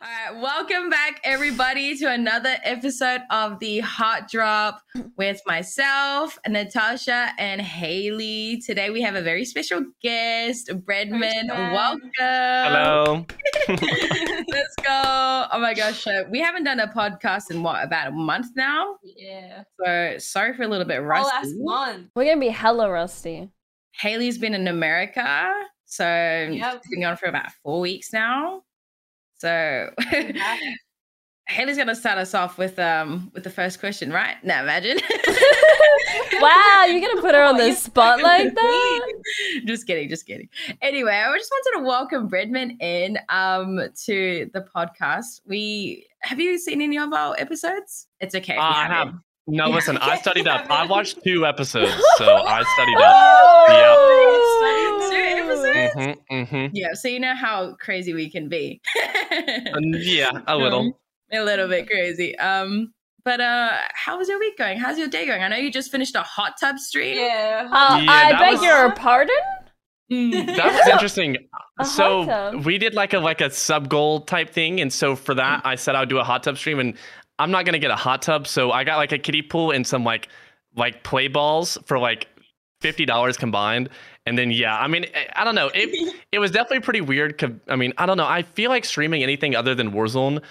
All right, welcome back, everybody, to another episode of the Hot Drop with myself, Natasha, and Haley. Today we have a very special guest, Bredman. Bredman. Welcome. Hello. Let's go. Oh my gosh, uh, we haven't done a podcast in what about a month now? Yeah. Oh, So sorry for a little bit All rusty. last month. We're gonna be hella rusty. Haley's been in America, so Yep. she's been gone for about four weeks now. So Exactly. Haley's gonna start us off with um with the first question, right? Now imagine. Wow, you're gonna put her on the spot like that? just kidding, just kidding. Anyway, I just wanted to welcome Bredman in um to the podcast. We have you seen any of our episodes? It's okay. if you Uh, I haven't. have. No, Yeah. listen, I studied up. Yeah. I watched two episodes, so I studied up. Oh! Yeah. hmm hmm Yeah, so you know how crazy we can be. yeah, a Um, little. a little Mm. bit crazy. Um, but uh, how was your week going? How's your day going? I know you just finished a hot tub stream. Yeah. Uh, Yeah, I that beg was- your pardon? Mm. That was interesting. A hot so tub? we did like a like a sub goal type thing, and so for that, I said I'd do a hot tub stream, and I'm not gonna get a hot tub, so I got like a kiddie pool and some like like play balls for like fifty dollars combined, and then yeah, I mean, I- I don't know, it it was definitely pretty weird. co- I mean, I don't know, I feel like streaming anything other than Warzone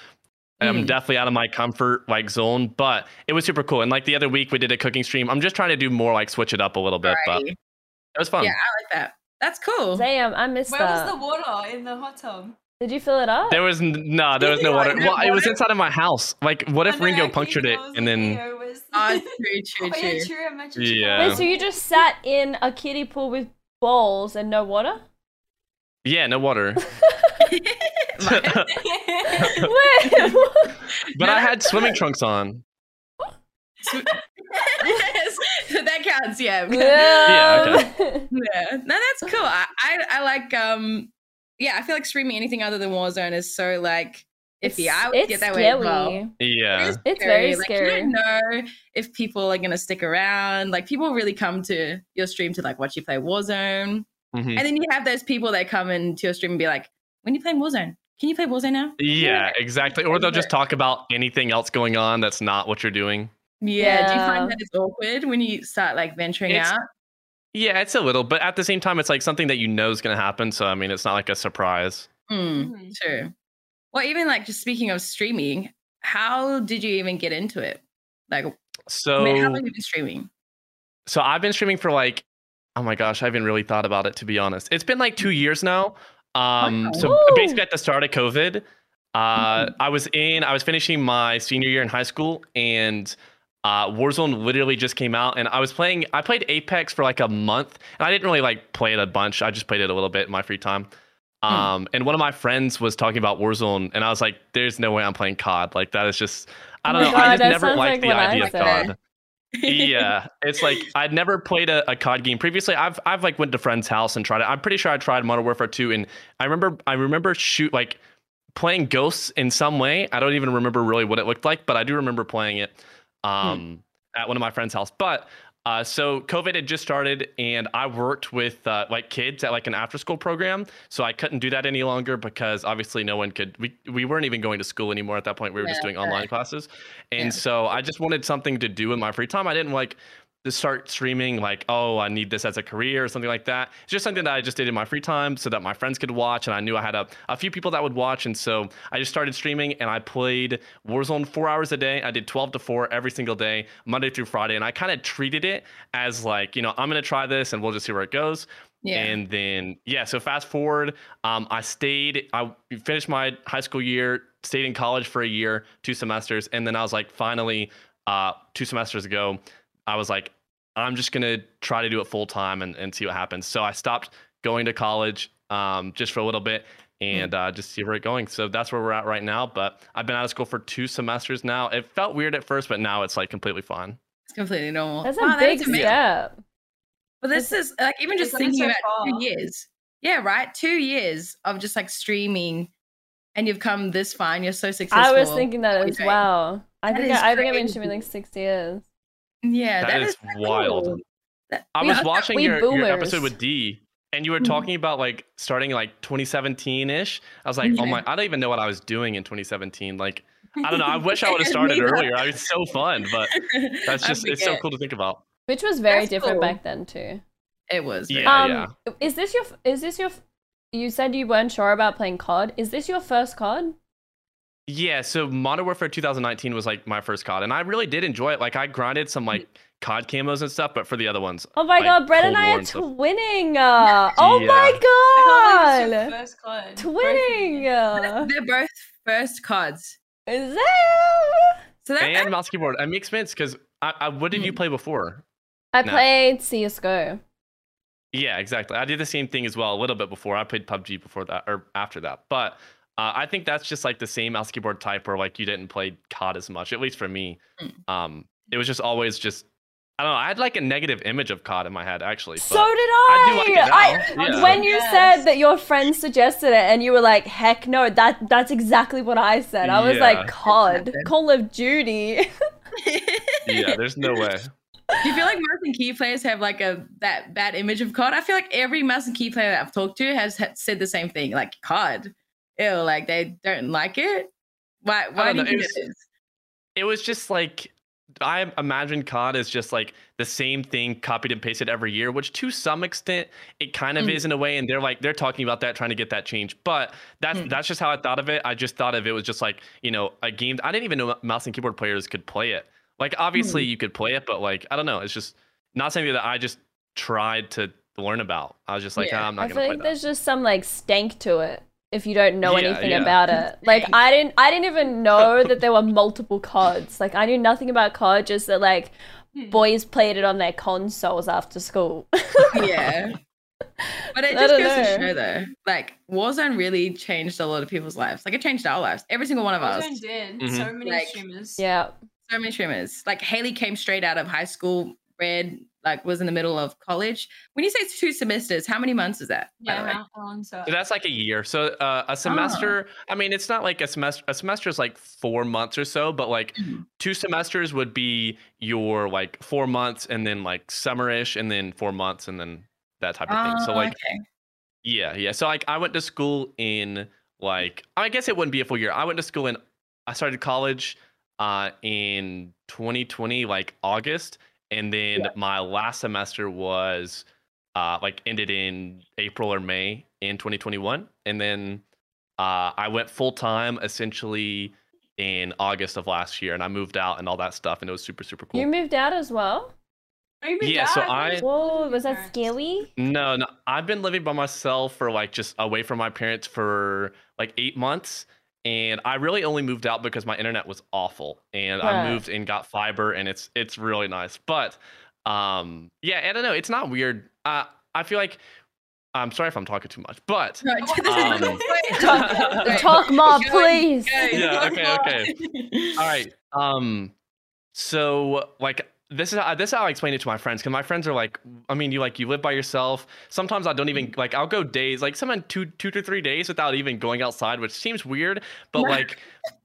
I'm Mm. definitely out of my comfort like zone, but it was super cool. And like the other week, we did a cooking stream. I'm just trying to do more like switch it up a little bit, but Alrighty. it was fun. Yeah, I like that. That's cool. Damn, I missed Where that. was the water in the hot tub? Did you fill it up? There was n- no, there was no Yeah, water. no Well, it was water. inside of my house. Like, what I if know, I Ringo came punctured I it was like, and then? "Ew, where's- Ah, true, true, oh, true. yeah, true. I mentioned you. Yeah. Wait, so you just sat in a kiddie pool with balls and no water? Yeah, no water. but Wait, what? I had swimming trunks on. Yes, that counts. Yeah. Yeah, Um, Yeah. No, that's cool. I, I, I like. Um. Yeah, I feel like streaming anything other than Warzone is so like iffy. I would it's get that way as scary. well. It Yeah, is It's very Like, scary. you don't know if people are gonna stick around. Like people really come to your stream to like watch you play Warzone, Mhm. and then you have those people that come into your stream and be like, "When you playing Warzone? Can you play Warzone now?" yeah, exactly. Or they'll just talk about anything else going on that's not what you're doing. Yeah. Do you Yeah. find that it's awkward when you start like venturing It's- out? Yeah, it's a little, but at the same time, it's like something that you know is going to happen. So I mean, it's not like a surprise. Mm, Mm-hmm. Mhm. True. Well, even like just speaking of streaming, how did you even get into it? Like, I So mean, how long have you been streaming? So I've been streaming for like, oh my gosh, I haven't really thought about it to be honest. It's been like two years now. Um, Wow. so Mm. Woo. Mm-hmm. basically at the start of COVID, uh, I was in, I was finishing my senior year in high school, and uh, Warzone literally just came out, and I was playing. I played Apex for like a month, and I didn't really like play it a bunch. I just played it a little bit in my free time. Mm. Hmm. Um, and one of my friends was talking about Warzone, and I was like, "There's no way I'm playing COD. Like that is just, I Oh don't my know. I God, just that never sounds liked like the what I idea of said. COD." yeah, it's like I'd never played a, a COD game previously. I've I've like went to friend's house and tried it. I'm pretty sure I tried Modern Warfare 2, and I remember I remember shoot like playing Ghosts in some way. I don't even remember really what it looked like, but I do remember playing it Hmm. um, at one of my friend's house. But uh, so COVID had just started, and I worked with uh, like kids at like an after school program, so I couldn't do that any longer because obviously no one could. We we weren't even going to school anymore at that point. We were just Yeah, doing correct. online classes, and Yeah. so I just wanted something to do in my free time. I didn't like to start streaming like oh i need this as a career or something like that it's just something that i just did in my free time so that my friends could watch and i knew i had a, a few people that would watch and so i just started streaming and i played warzone four hours a day i did 12 to 4 every single day monday through friday and i kind of treated it as like you know i'm gonna try this and we'll just see where it goes Yeah. and then yeah, so fast forward, um, I stayed. I finished my high school year, stayed in college for a year, two semesters, and then I was like, finally, uh, two semesters ago, I was like, I'm just gonna try to do it full time and, and see what happens. So I stopped going to college um, just for a little bit and uh, just see where it's going. So that's where we're at right now. But I've been out of school for two semesters now. It felt weird at first, but now it's like completely fine. it's completely normal. That's a Wow, that is big amazing. step. But this is like even just It's gone thinking so about far. two years. Yeah, right. Two years of just like streaming, and you've come this far, and you're so successful. I was thinking that as Okay. well. I That think is I, I think I've been crazy. streaming like six years. Yeah, That that is so wild. cool. That- I We- was watching we your, your boomers. episode with D, and Mm-hmm. you were talking about like starting like 2017 ish. I was like, oh Mm-hmm. my, I don't even know what I was doing in 2017. Like, I don't know. I wish I would have started Me neither. earlier. I was so fun, but that's I just, it's so forget. cool to think about. Which was very That's different cool. back then too. It was. very- Yeah, um, is this your? f- Is this your? f- You said you weren't sure about playing COD. Is this your first COD? Yeah, so Modern Warfare 2019 was like my first COD, and I really did enjoy it. Like I grinded Mm. some like COD camos and stuff, but for the other ones, Oh my Like, god, Brett and Cold I War are and stuff. twinning. uh, oh I my can't believe it's your god, first card. twinning. uh, They're both first cards. Is So that Mm. and mouse keyboard and mixed mints. Because I, I, what did you play before? I No. played CS:GO. Yeah, exactly. I did the same thing as well a little bit before. I played PUBG before that or after that, but uh, I think that's just like the same mouse keyboard type where like you didn't play COD as much, at least for me. Um, it was just always just I don't know. I had like a negative image of COD in my head actually. So did but I. I do like it now. yeah. When you Oh, Yes. said that your friend suggested it and you were like, heck no, that that's exactly what I said. I was Yeah. like, COD, Exactly. Call of Duty. yeah, there's no way. Do you feel like mouse and key players have like a that bad image of COD? I feel like every mouse and key player that I've talked to has, had said the same thing, like COD. Ew, like they don't like it. Why? Why don't do you think know, it was- it is? it was just like I imagine COD is just like the same thing copied and pasted every year, which to some extent it kind of Mm. is in a way. And they're like they're talking about that, trying to get that change. But that's Hmm. Mm. that's just how I thought of it. I just thought of it was just like you know a game. I didn't even know mouse and keyboard players could play it. Like obviously Hmm. you could play it, but like I don't know. It's just not something that I just tried to learn about. I was just like Yeah, "Ah, I'm I not feel gonna play like that. there's just some like stank to it if you don't know Yeah, anything yeah. about it. Like Stank. I didn't I didn't even know that there were multiple CODs. Like I knew nothing about COD, just that like Hmm. boys played it on their consoles after school. yeah. But it just I don't goes to know. show, though, like Warzone really changed a lot of people's lives. Like it changed our lives, every single one of us. Warzone did. So Mhm. many Like- streamers. yeah. So many streamers. Like Haley came straight out of high school, read like was in the middle of college. When you say it's two semesters, how many months is that? by the way? Yeah, how long's that? So that's like a year. So uh, a semester. I mean, it's not like a semester. A semester is like four months or so, but like Mhm. two semesters would be your like four months, and then like summerish, and then four months, and then that type of thing. So Oh, like okay. yeah, yeah. So like I went to school in like I guess it wouldn't be a full year. I went to school in I started college uh in 2020 like August and then my last semester was uh like ended in April or May in 2021 and then uh I went full time essentially in August of last year and I moved out and all that stuff and it was super super cool. You moved out as well? Oh, you moved Yeah, so out? I- Whoa, was that Parents. scary? No, no. I've been living by myself for like just away from my parents for like eight months. And I really only moved out because my internet was awful. And Bruh. I moved and got fiber and it's it's really nice. But um yeah, I don't know, it's not weird. Uh I feel like I'm sorry if I'm talking too much, but No, just- Um, Talk- Right. Talk more, Going- please. Go. Yeah, okay, okay. All right. Um. So like this is how, this is how I explain it to my friends because my friends are like, I mean, you like you live by yourself. Sometimes I don't Mm-hmm. even like I'll go days like sometimes two two to three days without even going outside, which seems weird, but like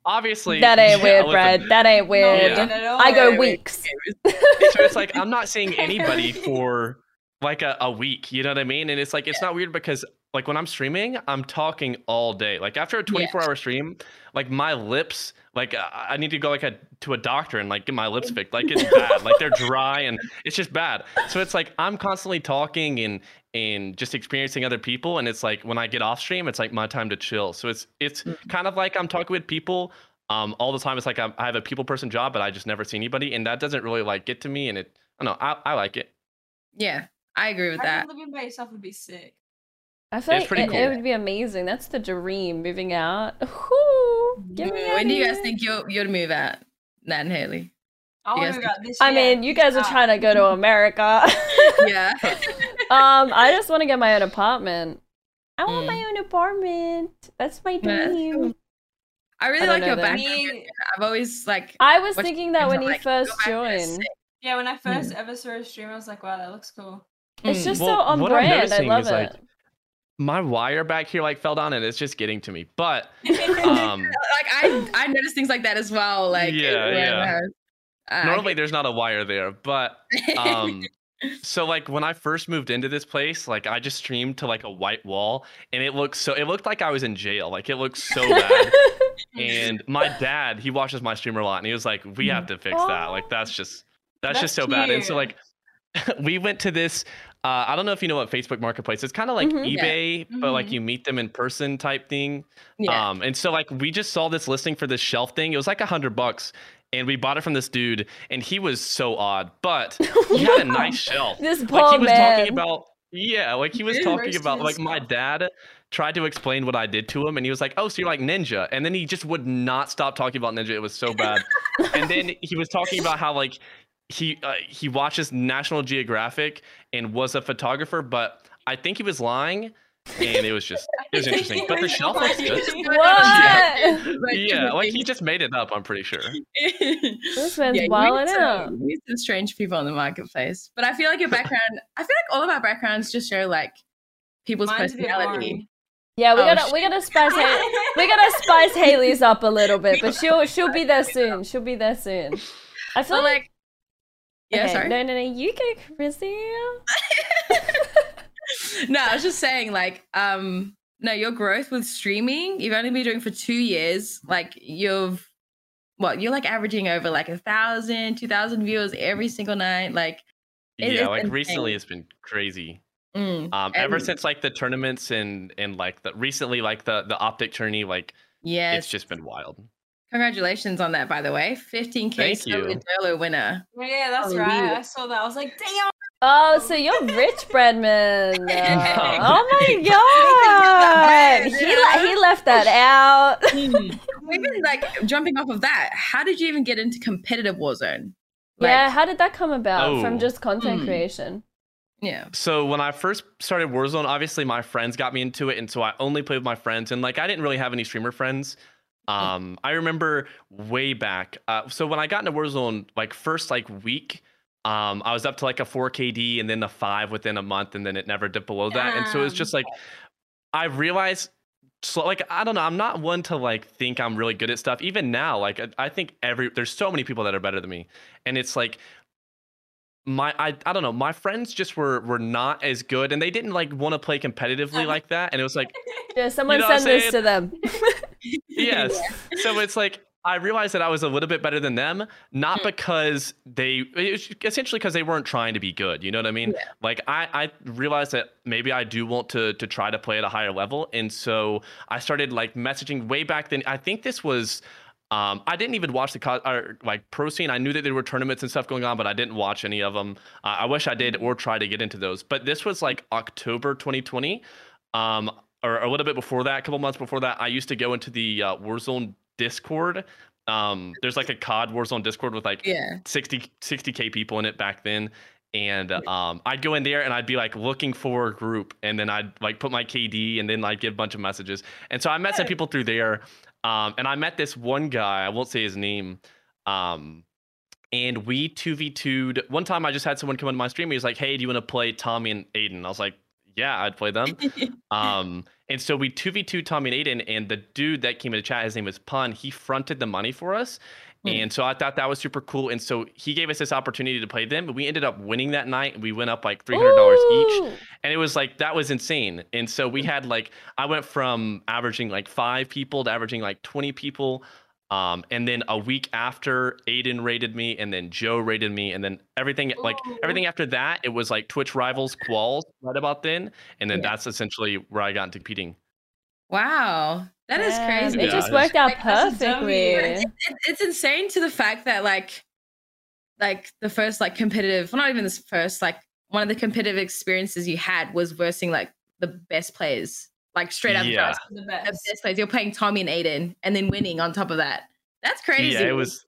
obviously That ain't Yeah, weird, listen. Brad. That ain't weird. Yeah. I go Wait, wait. weeks. so it's like I'm not seeing anybody for like a, a week. You know what I mean? And it's like it's not weird because like when I'm streaming, I'm talking all day. Like after a 24 hour stream, like my lips, like I I need to go like a to a doctor and like get my lips fixed. Like it's bad. like they're dry and it's just bad. So it's like I'm constantly talking and and just experiencing other people. And it's like when I get off stream, it's like my time to chill. So it's it's kind of like I'm talking with people um, all the time. It's like I'm, I have a people person job, but I just never see anybody, and that doesn't really like get to me. And it, I don't know, I, I like it. Yeah, I agree with I that. think living by yourself would be sick. I feel It's like pretty it, it cool. would be amazing. That's the dream, moving out. Whoo! Get me When do you outta guys here. think you'll you'll move out, Nat and Haley? I You want guys to move out this year. I mean, you guys are Ah. trying to go to America. Yeah. um, I just want to get my own apartment. I want Mm. my own apartment. That's my Yeah, that's dream. cool. I I really don't like know your that. background. Me, I've always like. I was What you thinking guys that are when you like, first your background is joined, sick. yeah, when I first Hmm. ever saw a stream, I was like, wow, that looks cool. it's Mm. just Well, so on what I'm brand. I noticing love is, like, it. My wire back here like fell down, and it's just getting to me. But um, Mm. like I I noticed things like that as well. Like Yeah, when, yeah. uh, uh, normally there's not a wire there, but um, So like when I first moved into this place, like I just streamed to like a white wall and it looked so it looked like I was in jail. Like it looked so bad. and my dad, he watches my stream a lot and he was like, "We have to fix that. Like that's just That's that's, just so bad." And so cute. like we went to this uh, I don't know if you know what Facebook Marketplace. It's kind of like Mhm. Yeah. eBay, but like Mhm. you meet them in person type thing. Yeah. Um, and so like we just saw this listing for this shelf thing. It was like a hundred bucks, and we bought it from this dude, and he was so odd, but he had a nice shelf. This poor Like he was man. talking about yeah, like he was Dude, talking roasted about like my himself. dad tried to explain what I did to him, and he was like, "Oh, so you're like ninja?" And then he just would not stop talking about ninja. It was so bad. and then he was talking about how like he uh, he watches National Geographic and was a photographer, but I think he was lying. And it was just it was interesting, but the shelf looks good. What? Yeah, like he just made it up. I'm pretty sure. This this man's wilding out. We need some strange people on the marketplace, but I feel like your background. I feel like all of our backgrounds just show like people's Mine's a bit personality. Yeah, we Oh, gotta shit. we gotta spice ha- we gotta spice Haley's up a little bit, but she'll she'll be there soon. She'll be there soon. I feel But like, like, yeah, okay, sorry. No, no, no. You go, Chrissy. no, I was just saying, like, um, no, your growth with streaming, you've only been doing for two years. Like, you've, what, you're like averaging over like a thousand, two thousand viewers every single night. Like, It yeah, is like insane. recently it's been crazy. mm, Um, ever And- since like the tournaments and and like the recently like the the optic tourney, like yes. it's just been wild. Congratulations on that, by the way. 15K Thank Solo you. Dolo winner. Yeah, that's Oh, right. really? I saw that. I was like, damn. Oh, so you're rich, Bradman. oh my bread, god. you He le- know? he left that out. Even like jumping off of that, how did you even get into competitive Warzone? Like, yeah, how did that come about? From Oh. just content Hmm. creation. Yeah. So when I first started Warzone, obviously my friends got me into it, and so I only played with my friends. And like I didn't really have any streamer friends. Mm. Um, I remember way back. Uh, so when I got into Warzone, like first like week, um, I was up to like a 4KD and then a five within a month, and then it never dipped below that. And so it's Damn. just like I realized. So like I don't know, I'm not one to like think I'm really good at stuff. Even now, like I, I think every there's so many people that are better than me, and it's like my I, I don't know my friends just were were not as good and they didn't like want to play competitively like that and it was like Yeah, someone know what I'm send this saying? to them. yes so it's like I realized that I was a little bit better than them not because they it was essentially because they weren't trying to be good you know what I mean like I I realized that maybe I do want to to try to play at a higher level and so I started like messaging way back then I think this was um, I didn't even watch the co- or, like pro scene. I knew that there were tournaments and stuff going on, but I didn't watch any of them. Uh, I wish I did or try to get into those. But this was like October 2020, um, or a little bit before that, a couple months before that. I used to go into the uh, Warzone Discord. Um, there's like a COD Warzone Discord with like Yeah. 60 60k people in it back then and um i'd go in there and i'd be like looking for a group and then i'd like put my kd and then i'd give a bunch of messages and so i met some Good. people through there um and i met this one guy i won't say his name um and we 2v2'd one time i just had someone come into my stream he was like hey do you want to play tommy and aiden i was like yeah i'd play them um, and so we 2v2 Tommy and Aiden, and the dude that came in the chat, his name was Pun, he fronted the money for us. Hmm. And so I thought that was super cool. And so he gave us this opportunity to play them. We ended up winning that night. We went up like $300 each Ooh. and it was like that was insane and so we had like i went from averaging like five people to averaging like 20 people um, and then a week after aiden rated me and then joe rated me and then everything like Ooh. everything after that it was like twitch rivals quals right about then and then Yeah. that's essentially where i got into competing Wow. That is Damn, crazy. It Yeah, just it worked out Like, that's a perfectly. W. it, it's insane to the fact that like like the first like competitive well, not even this first like one of the competitive experiences you had was versing like the best players like straight up Yeah. The the best. best players you're playing tommy and aiden and then winning on top of that that's crazy yeah it was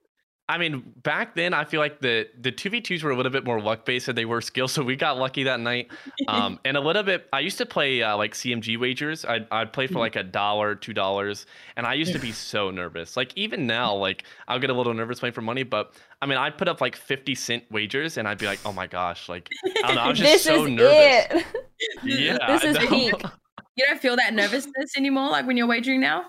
i mean back then i feel like the the 2v2s were a little bit more luck based than they were skill so we got lucky that night um, and a little bit. I used to play uh, like CMG wagers. I I would play for Mm-hmm. Mhm. like a dollar, two dollars, and I used to be so nervous. Like even now, like I'll get a little nervous playing for money. But I mean, I'd put up like fifty cent wagers, and I'd be like, oh my gosh, like I don't know, I'm just This so is nervous. it. Yeah, This I is know. peak. you don't feel that nervousness anymore like when you're wagering now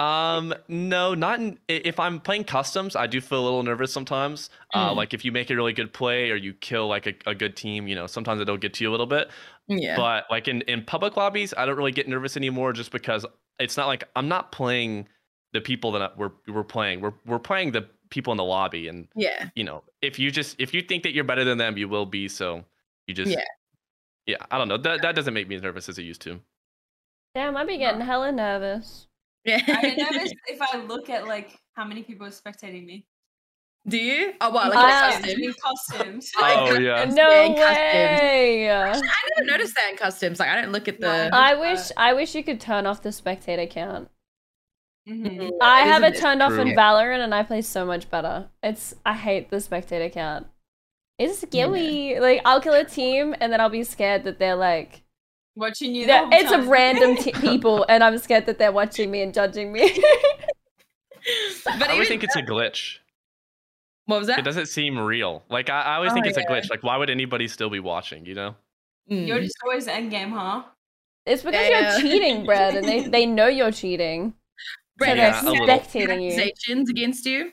Um, no, not in, i- if I'm playing customs. I do feel a little nervous sometimes. Uh, Mm. like if you make a really good play or you kill like a, a good team, you know, sometimes it'll get to you a little bit. Yeah. But like in in public lobbies, I don't really get nervous anymore, just because it's not like I'm not playing the people that I- we're we're playing. We're we're playing the people in the lobby, and yeah. you know, if you just if you think that you're better than them, you will be. So you just Yeah. yeah. I don't know. That that doesn't make me as nervous as it used to. Damn, I'd be getting hella nervous. I get Yeah. nervous if I look at like how many people are spectating me. Do you? Oh wow, like Ah. in In customs. costumes. Like, Oh yeah. customs, yeah, No in customs. way. Actually, I never noticed that in customs. Like I didn't look at the. No. I wish I wish you could turn off the spectator count. Mm. Mhm. um, I have Isn't it turned off in True. Valorant and I play so much better. It's I hate the spectator count. It's scary. Like I'll kill a team and then I'll be scared that they're like Watching you. the that whole it's a time. random t- people and I'm scared that they're watching me and judging me. But I even always think it's a glitch. what was It that? doesn't seem real. Like I, I always Oh, think it's a glitch. Like why would anybody still be watching? You know? Mm. You're just always end game, huh? it's because Yeah, I you're know. cheating, Brad, and they, they know you're cheating. Brett, Yeah, have you a little. had Spectating you. accusations against you.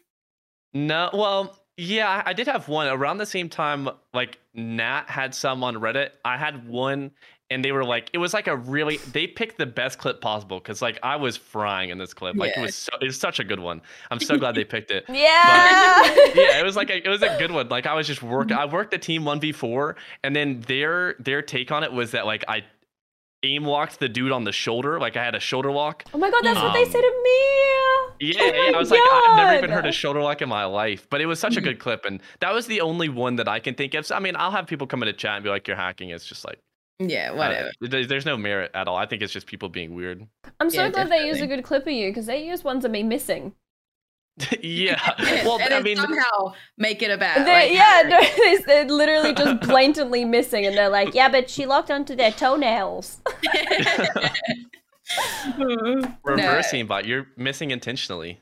No. Well, yeah, I did have one around the same time. Like Nat had some on Reddit. I had one, and they were like, it was like a really. They picked the best clip possible because like I was frying in this clip. Like it Yeah. was so, it's such a good one. I'm so glad they picked it. Yeah. yeah, it was like a, it was a good one. Like I was just working. I worked a team one v four, and then their their take on it was that like I aim walked the dude on the shoulder. Like I had a shoulder walk. oh my god, that's what they Um, said to me. Yeah, Oh yeah, my I was like I've never even God. heard a shoulder lock in my life, but it was such a Mhm. good clip, and that was the only one that I can think of. So, I mean, I'll have people come into chat and be like, "You're hacking." It's just like Yeah, uh, whatever. there- there's no merit at all. I think it's just people being weird. I'm so Yeah, glad they used a definitely. good clip of you because they used ones of me missing. yeah. Yeah, Well, and I then mean, somehow make it about. They- like, yeah, no, they, they're literally just blatantly missing, and they're like, "Yeah, but she locked onto their toenails." reversing bot, you're missing intentionally.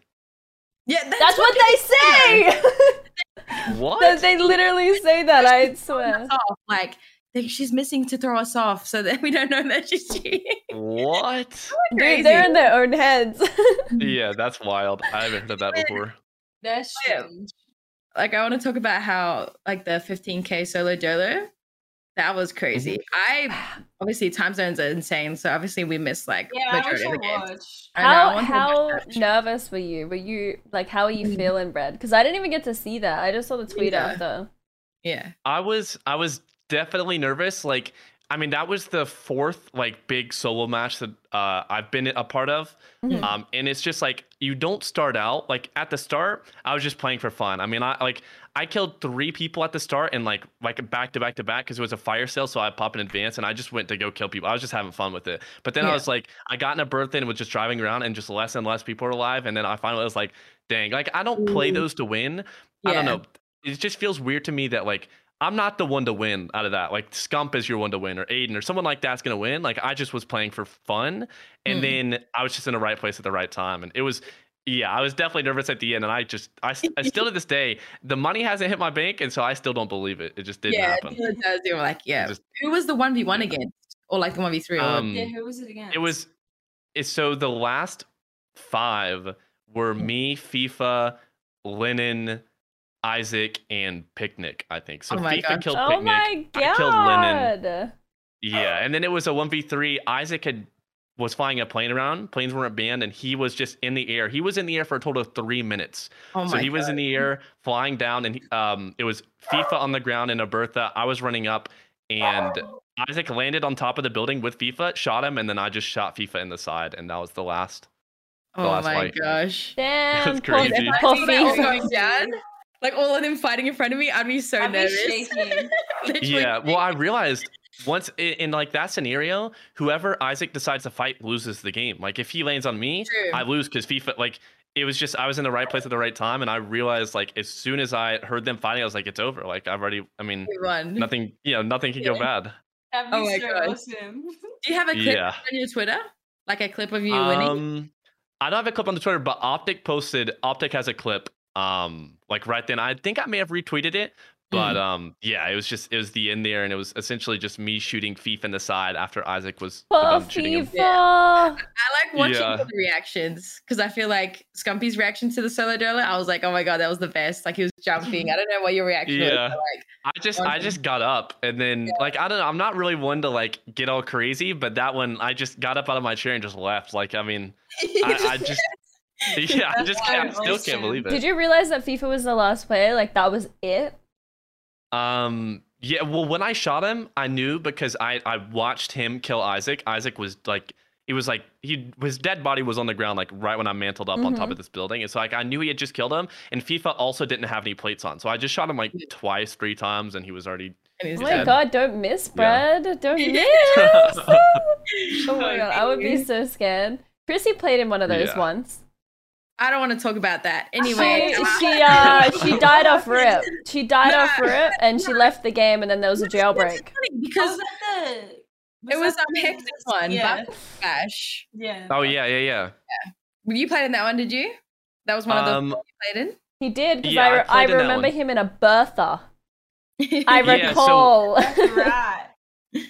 yeah, that's, That's what they say. What? They- they literally say that. I swear. us off. Like they- she's missing to throw us off, so that we don't know that she's cheating. What? Dude, they're in their own heads. Yeah, that's wild. I haven't heard of that before. That's Yeah. strange. like I want to talk about how like the 15k solo dolo that was crazy. Mm-hmm. I obviously time zones are insane, so obviously we missed like Yeah, I wish majority I of the games. watched. I know, I how wanted to how watch that. nervous were you? Were you like, how are you Mm. feeling, Brad? Because I didn't even get to see that. I just saw the tweet Yeah. after. Yeah, I was I was definitely nervous. Like I mean, that was the fourth like big solo match that uh, I've been a part of. Mhm. Um, and it's just like you don't start out like at the start. I was just playing for fun. I mean, I like I killed three people at the start and like like back to back to back because it was a fire sale, so I pop in advance and I just went to go kill people. I was just having fun with it. But then I Yeah. was like, I got in a berth and was just driving around and just less and less people were alive. And then I finally was like, dang, like I don't play Mm. those to win. yeah. I don't know. It just feels weird to me that like I'm not the one to win out of that. Like Scump is your one to win, or Aiden, or someone like that's gonna win. Like I just was playing for fun, and Mm. then I was just in the right place at the right time, and it was. Yeah, I was definitely nervous at the end, and I just, I, s- I still to this day, the money hasn't hit my bank, and so I still don't believe it. It just didn't Yeah, happen. it does. They were like, yeah. just- Who was the one v one Yeah. against, or like the one v three? Um, Yeah, who was it again? It was it's so the last five were Hmm. me, FIFA, Lennon, Isaac, and Picnic, I think. So Oh my FIFA God. killed Oh Picnic. my I killed Lennon. god. Yeah, and then it was a 1v3. Isaac had was flying a plane around. Planes weren't banned and he was just in the air. He was in the air for a total of 3 minutes oh so my he was in the air flying down, and he- um, it was FIFA on the ground and Alberta. I was running up, and Isaac landed on top of the building with FIFA, shot him, and then I just shot FIFA in the side, and that was the last. god. oh last my fight. gosh. Damn, That's crazy. poor, If I poor see that all FIFA. going down, like all of them fighting in front of me, I'd be so I'd be nervous. shaking. Literally Yeah. Well, I realized once in, in like that scenario, whoever Isaac decides to fight loses the game. Like if he lands on me, True. I lose because FIFA. Like it was just I was in the right place at the right time, and I realized like as soon as I heard them fighting, I was like, it's over. Like I've already. I mean, Everyone. nothing. You know, nothing can go bad. That'd be Oh my so God. awesome. Do you have a clip Yeah. on your Twitter? Like a clip of you winning? Um, I don't have a clip on the Twitter, but Optic posted. Optic has a clip. Um, like right then, I think I may have retweeted it, But um, yeah, it was just it was the end there, and it was essentially just me shooting Fief in the side after Isaac was the Poor one shooting him. FIFA. I like watching Yeah. the reactions because I feel like Scumpy's reaction to the solo dueler, I was like, oh my god, that was the best. Like he was jumping. I don't know what your reaction Yeah. was. but, like, I just I just got up, and then like I don't know, I'm not really one to like get all crazy, but that one I just got up out of my chair and just left. Like I mean, I, I just yeah, I just can't, I still can't believe it. Did you realize that FIFA was the last player? Like that was it? Um. Yeah. Well, when I shot him, I knew because I I watched him kill Isaac. Isaac was like he was like he his dead body was on the ground like right when I mantled up on top Mm-hmm. Mhm. of this building. And so like I knew he had just killed him. And FIFA also didn't have any plates on, so I just shot him like twice, three times, and he was already. and he's Is Oh my that- dead. god, don't miss, Brad. Don't miss. Oh my god, I would be so scared. Chrissy played in one of those Yeah. once. I don't want to talk about that. Anyway, She um, she uh she died off rip. She died off rip and she left the game and then there was a that's- that's jailbreak. funny Was because that the? it was that um, the- Hector's one, Yeah. but Bash. yeah. Oh yeah, yeah, yeah. You played in that one, did you? That was one of Um, the you played in. He did because Yeah, I I, I, played in that remember one. him in a Bertha. I Yeah, so- recall. That's right.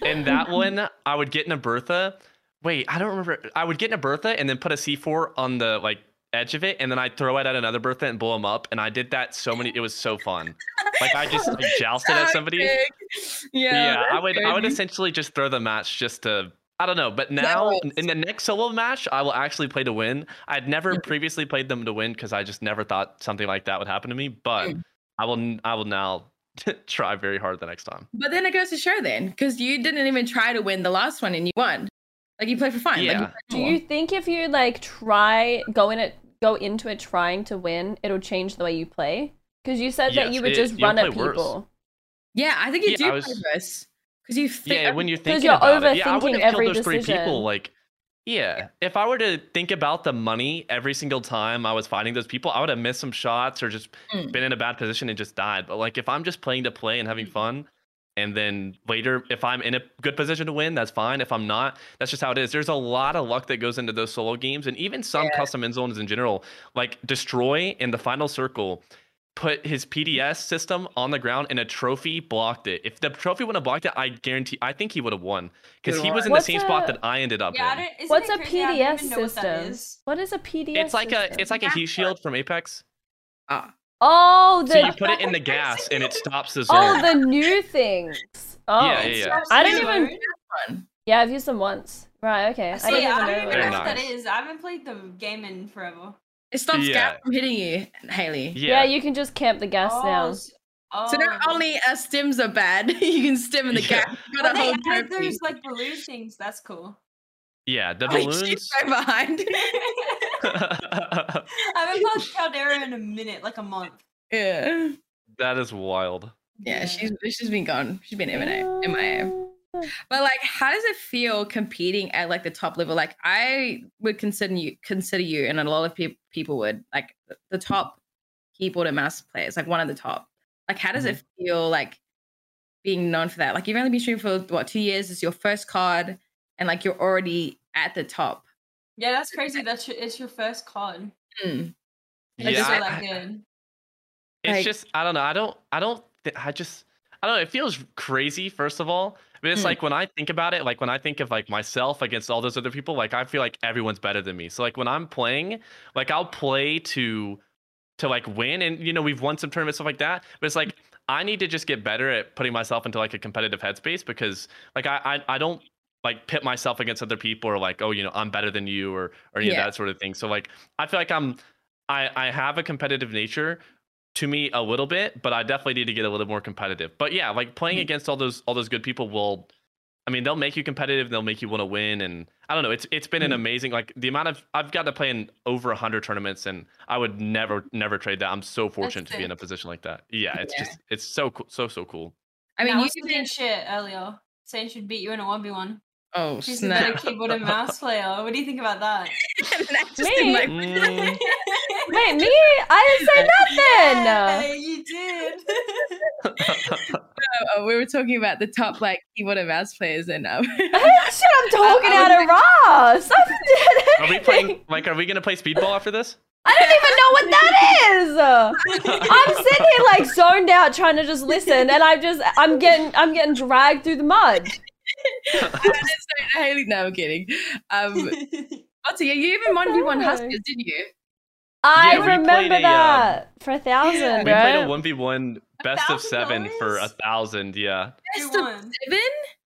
And that one, I would get in a Bertha. Wait, I don't remember. I would get in a Bertha and then put a C4 on the like edge of it, and then I would throw it at another Bertha and blow him up. And I did that so many. It was so fun. Like I just like, jousted at somebody. Yeah, Toxic. Yeah, I that's would. I would crazy. essentially just throw the match just to. I don't know, but That now works. in the next solo match, I will actually play to win. I'd never Mm-hmm. previously played them to win because I just never thought something like that would happen to me. But Mm. I will. I will now try very hard the next time. But then it goes to show then because you didn't even try to win the last one and you won. Like you played for fun. Yeah. Like, Do you think if you like try go in it go into it trying to win, it'll change the way you play? Because you said that Yes, you would it- just you'll run at play worse. people. yeah, I think you Yeah, do I play was- verse because you think. yeah, when you're thinking you're about it. Yeah, I overthinking would have every killed those three decision. people. Like, yeah, if I were to think about the money every single time I was fighting those people, I would have missed some shots or just Mm. been in a bad position and just died. But like, if I'm just playing to play and having Mm. fun, and then later, if I'm in a good position to win, that's fine. If I'm not, that's just how it is. There's a lot of luck that goes into those solo games, and even some Yeah. custom end zones in general. Like destroy in the final circle, put his PDS system on the ground and a trophy blocked it. If the trophy wouldn't have blocked it, I guarantee I think he would have won. Because Would've he was won. in What's the same spot a- that I ended up Yeah, I in. don't, isn't What's it a crazy? I don't PDS even know what that system? is. What is a PDS? It's like a it's system? like a heat shield from Apex. Ah, oh So you the put it in the gas and it stops the zone. oh the new things. Oh Yeah, yeah, yeah. I don't even- Absolutely. fun. Yeah, I've used them once. Right, okay. See, I I didn't even don't know. even Very know what that. that nice. is. I haven't played the game in forever. It stops Yeah. Gap from hitting you, Haley. Yeah. Yeah. you can just camp the gas Oh, now. s- Oh, So not only uh, stims are bad, you can stim in the Yeah. gap. You but got a they whole add trophy. those like balloon things. That's cool. yeah, the Like, she's balloons. so behind. I haven't played Caldera in a minute, like a month. yeah. that is wild. yeah, Yeah. she's she's been gone. She's been MIA. MIA. But like, how does it feel competing at like the top level? Like, I would consider you consider you, and a lot of peop people would like the- the top keyboard and mouse players, like one of the top. Like, how does it feel like being known for that? Like, you've only been streaming for what two years? It's your first card, and like you're already at the top. Yeah, that's crazy. That's your, it's your first card. Mm. That's Yeah, so I- like good. it's Like- just I don't know. I don't I don't th- I just I don't know. It feels crazy first of all. But it's Mm. like when I think about it, like when I think of like myself against all those other people, like I feel like everyone's better than me. So like when I'm playing, like I'll play to to like win and you know we've won some tournaments stuff like that. But it's like I need to just get better at putting myself into like a competitive headspace because like I I, I don't like pit myself against other people or like oh you know I'm better than you or or you Yeah. know that sort of thing. So like I feel like I'm I I have a competitive nature to me a little bit, but I definitely need to get a little more competitive. But yeah, like playing Mhm. against all those all those good people will I mean, they'll make you competitive, they'll make you want to win and I don't know, it's it's been an Mhm. amazing like the amount of I've got to play in over 100 tournaments and I would never never trade that. I'm so fortunate to be in a position like that. Yeah, it's Yeah. just it's so cool, so so cool. I I mean, mean, you you can saying be shit earlier. Saying she'd beat you in a one v one. oh She's a better snap. keyboard and mouse player. What do you think about that? And that's just Me? in my- Mm, Wait, me? I didn't say nothing. Yeah, you did. oh, we were talking about the top like keyboard and mouse players, and um, Shit, I'm talking out of Ross. I didn't are we playing like are we going to play speedball after this? I don't even know what that is. I'm sitting here like zoned out, trying to just listen, and I'm just I'm getting I'm getting dragged through the mud. Haley, no, I'm kidding. Um, Otto, yeah, you even won V1 Huskers, didn't you? I Yeah, we played remember a, um, that for a thousand, We right? played a one v one best of seven for a $1,000? thousand. Yeah, Best of Everyone. seven?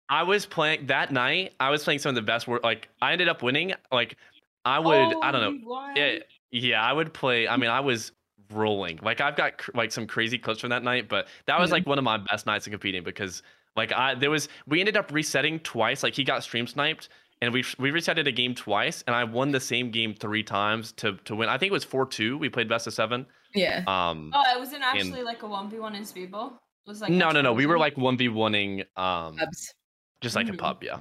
I was playing that night. I was playing some of the best. Wor- like I ended up winning. Like I would. I don't know. Oh, Yeah, yeah, I would play. I mean, I was rolling. Like I've got cr- like some crazy clips from that night, but that Mm-hmm. was Mhm. like one of my best nights of competing because like I there was we ended up resetting twice. Like he got stream sniped and we we resetted a game twice and I won the same game three times to to win. I think it was 4-2. We played best of 7. Yeah. Um Oh, it wasn't actually like a one v one in speedball. It was like No, no, no. We were actually- like 1v1ing um Dubs. just like Mhm. a pub, yeah.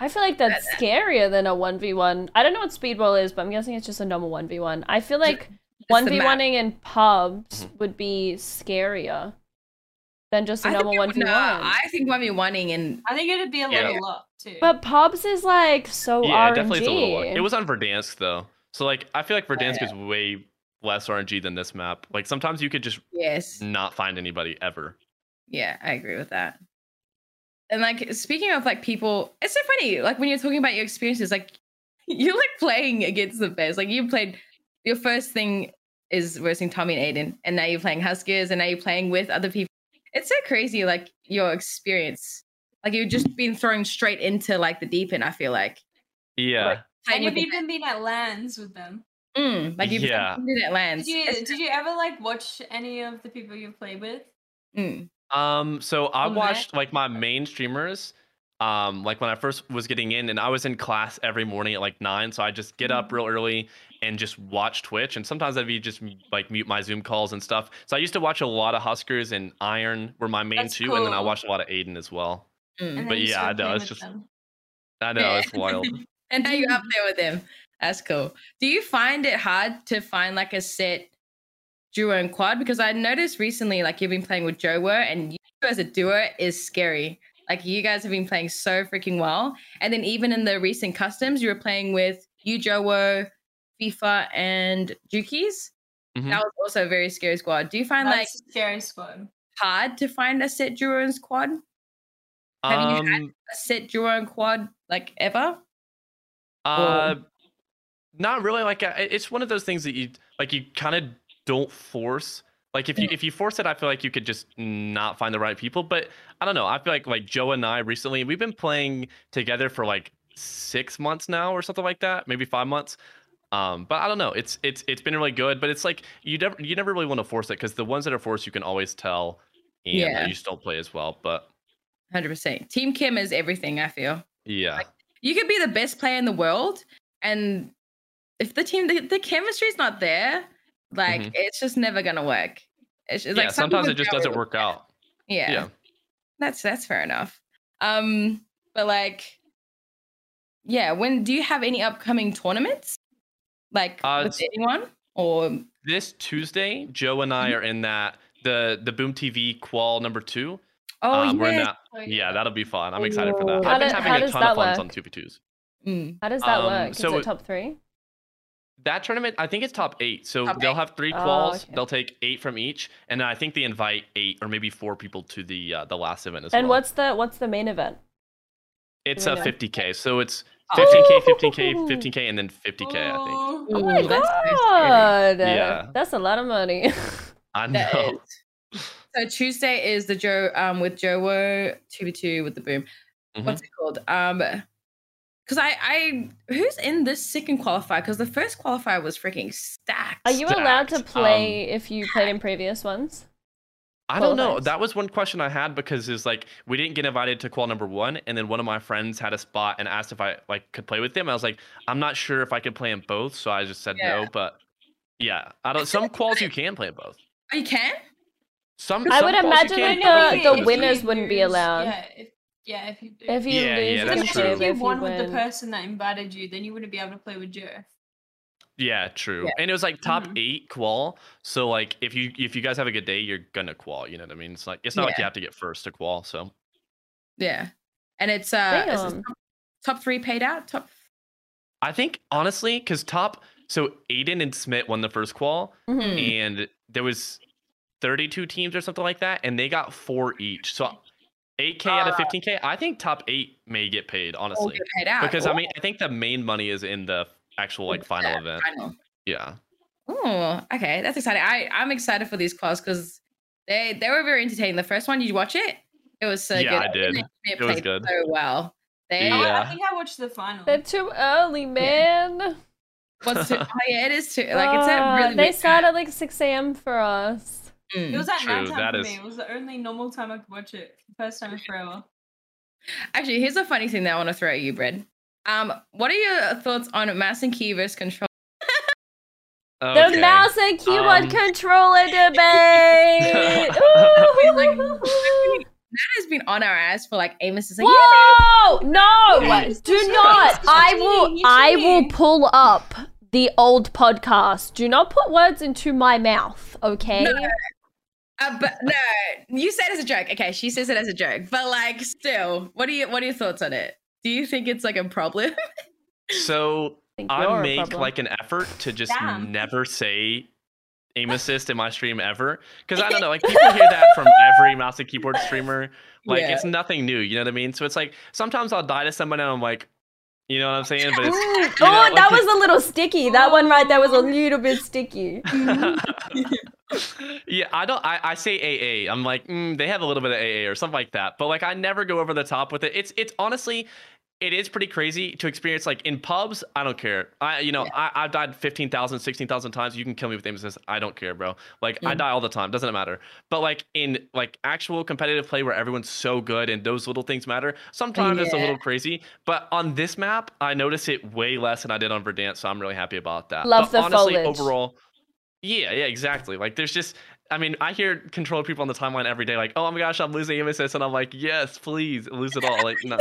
I feel like that's scarier than a one v one. I don't know what speedball is, but I'm guessing it's just a normal one v one. I feel like Just one the v map. Mm-hmm. oneing in pubs would be scarier than just a I think, normal it one would- v no, one. I think 1v1ing and I think it'd be a Yeah. level up too. But pubs is like Oh, so yeah, RNG. definitely it's a little long. It was on Verdansk though. So like I feel like Verdansk is way less RNG than this map. Like sometimes you could just yes. not find anybody ever. Yeah, I agree with that. And like speaking of like people, it's so funny. Like when you're talking about your experiences, like you're like playing against the best. Like you played your first thing is versing Tommy and Aiden, and now you're playing Huskers, and now you're playing with other people. It's so crazy, like your experience. Like you've just been thrown straight into like the deep end. I feel like Yeah. playing and with you've the, even been at lands with them. mm, like you've Yeah. done it at lands. Did you did you ever like watch any of the people you play with? Mm. Um, so I On that? watched like my main streamers. Um, like when I first was getting in, and I was in class every morning at like nine, so I just get Mm-hmm. up real early and just watch Twitch. And sometimes I'd be just like mute my Zoom calls and stuff. So I used to watch a lot of Huskers and Iron were my main That's two, and then I cool. watched a lot of Aiden as well. mm. And But then you yeah, started I know, playing it's with just- them. I know Yeah. it's wild. and now you're up there with them. That's cool. Do you find it hard to find like a set duo and quad? Because I noticed recently, like you've been playing with Joe Were, and you as a duo is scary. Like you guys have been playing so freaking well. And then even in the recent customs, you were playing with you, Joe Were, FIFA, and Jukies. Mhm. That was also a very scary squad. Do you find like That's a scary squad. hard to find a set duo and squad? Have you Um, A set duo and quad like ever? Uh, Um, not really. Like I- it's one of those things that you like. You kind of don't force. Like Mm. if you if you force it, I feel like you could just not find the right people. But I don't know. I feel like like Joe and I recently we've been playing together for like six months now or something like that, maybe five months. Um, but I don't know. It's it's it's been really good. But it's like you never you never really want to force it because the ones that are forced you can always tell, and uh, Yeah. you just don't play as well. But 100%. Team Kim is everything, I feel. yeah, you could be the best player in the world and if the team the, the chemistry's not there like Mhm. it's just never gonna work it's just, yeah. like some Sometimes people it just grow- doesn't work out. yeah. yeah. that's that's fair enough um but like yeah when do you have any upcoming tournaments like Uh, with it's- anyone or this Tuesday, Joe and Mm-hmm. I are in that the the Boom TV qual number two. oh um, we're in yeah that. Yeah, that'll be fun. I'm excited for that. Oh. How I've been do- having how a does ton of that fun on work? two v twos. Mm. How does that Um, work? so is it it- top three? That tournament, I think it's top eight. So Top they'll eight. have three Oh, quals. okay. They'll take eight from each, and then I think they invite eight or maybe four people to the uh, the last event as And well. what's the what's the main event? it's we a know? 50k. So it's Oh. 15k, 15k, 15k, and then 50k. I think. Ooh. Oh my Ooh, that's so scary. god! Yeah. That's a lot of money. That I know. is. so tuesday is the joe um with joe 2v2 with the boom Mhm. what's it called? Um, because I, I, who's in this second qualifier? Because the first qualifier was freaking stacked. Are you allowed to Stacked, Um, play if you played in previous ones? I don't know. qualifiers. That was one question I had because it's like we didn't get invited to qual number one, and then one of my friends had a spot and asked if I like could play with them. I was like, I'm not sure if I could play in both, so I just said Yeah. no. But yeah, I don't. Some quals you can play in both. Oh, you can? Some I some would quals you imagine can like play the- both, the but it's- winners you wouldn't be lose- allowed. Yeah, if, yeah, if you do. If you Yeah, lose, yeah, you that's can Because true. choose if you if you won with the win. person that invited you, then you wouldn't be able to play with Joe. Yeah, true. Yeah. And it was like top Mm-hmm. Mhm. eight qual. So like if you if you guys have a good day, you're gonna qual. You know what I mean? It's like it's not like you have to get first to qual. So Yeah. And it's uh, it's Damn. top, top three paid out. Top. I think honestly, because top So Aiden and Smith won the first qual, Mhm. and there was 32 teams or something like that, and they got four each. So 8K out Ah. of 15K, I think top eight may get paid, We'll honestly. get paid Ah, out. Because I mean, I think the main money is in the actual like final event. Final. Yeah. Oh, okay, that's exciting. I I'm excited for these calls because they they were very entertaining. The first one, did you watch it? It was so Yeah, good. I did. It, It was good. so well. They Oh, I- Yeah. I think I watched the final. They're too early, man. was too, oh yeah, it is too like it's Uh, a really Mm. they big start at like 6 a.m. for us. time. It was at True, night time that for is- me. It was the only normal time I could watch it. First time in forever. Actually, here's a funny thing that I want to throw at you, Brad. Um, what are your thoughts on mouse and key versus control? The Okay. mouse and keyboard Um. controller debate. Ooh. That has been on our ass for like Amos is like, Whoa! No, Yes, do yes, not. yes, I yes, will. yes, I yes. will pull up the old podcast. Do not put words into my mouth. Okay. No. yeah. Uh, but no, you said it's a joke. Okay, she says it as a joke, but like, still, what are you? What are your thoughts on it? Do you think it's like a problem? So think you're I a make problem. like an effort to just Damn. never say aim assist in my stream ever because I don't know, like people hear that from every mouse and keyboard streamer. Like Yeah. it's nothing new, you know what I mean? So it's like sometimes I'll die to someone and I'm like, you know what I'm saying? But Ooh. it's Oh, know, like that it- was a little sticky. That one right there was a little bit sticky. yeah, I don't. I, I say AA. I'm like, mm, they have a little bit of AA or something like that. But like, I never go over the top with it. It's it's honestly, it is pretty crazy to experience. Like in pubs, I don't care. I you know I I've died 15,000, 16,000 times. You can kill me with emphasis. I don't care, bro. Like I Mm. die all the time. Doesn't matter. But like in like actual competitive play where everyone's so good and those little things matter. Sometimes it's a Yeah. little crazy. But on this map, I notice it way less than I did on Verdant. So I'm really happy about that. Love but the honestly, foliage. overall. Yeah, yeah, exactly. Like there's just I mean, I hear controller people on the timeline every day like, "Oh my gosh, I'm losing aim assist," and I'm like, "Yes, please, lose it all." Like no,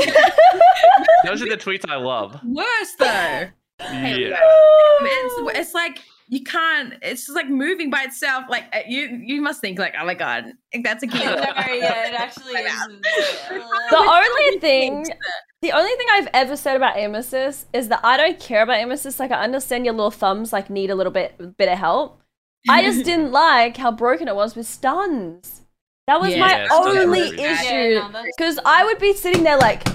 Those are the tweets I love. Worse though. Yeah. um, it's, it's like you can't it's just like moving by itself like uh, you you must think like oh my god like, that's a key no, yeah, it actually Time out. The is. only thing, the only thing I've ever said about aim assist is that I don't care about aim assist. Like I understand your little thumbs like need a little bit bit of help. I just didn't like how broken it was with stuns. That was Yeah, my stuns were only really bad. issue. Yeah, no, that's- Because I would be sitting there like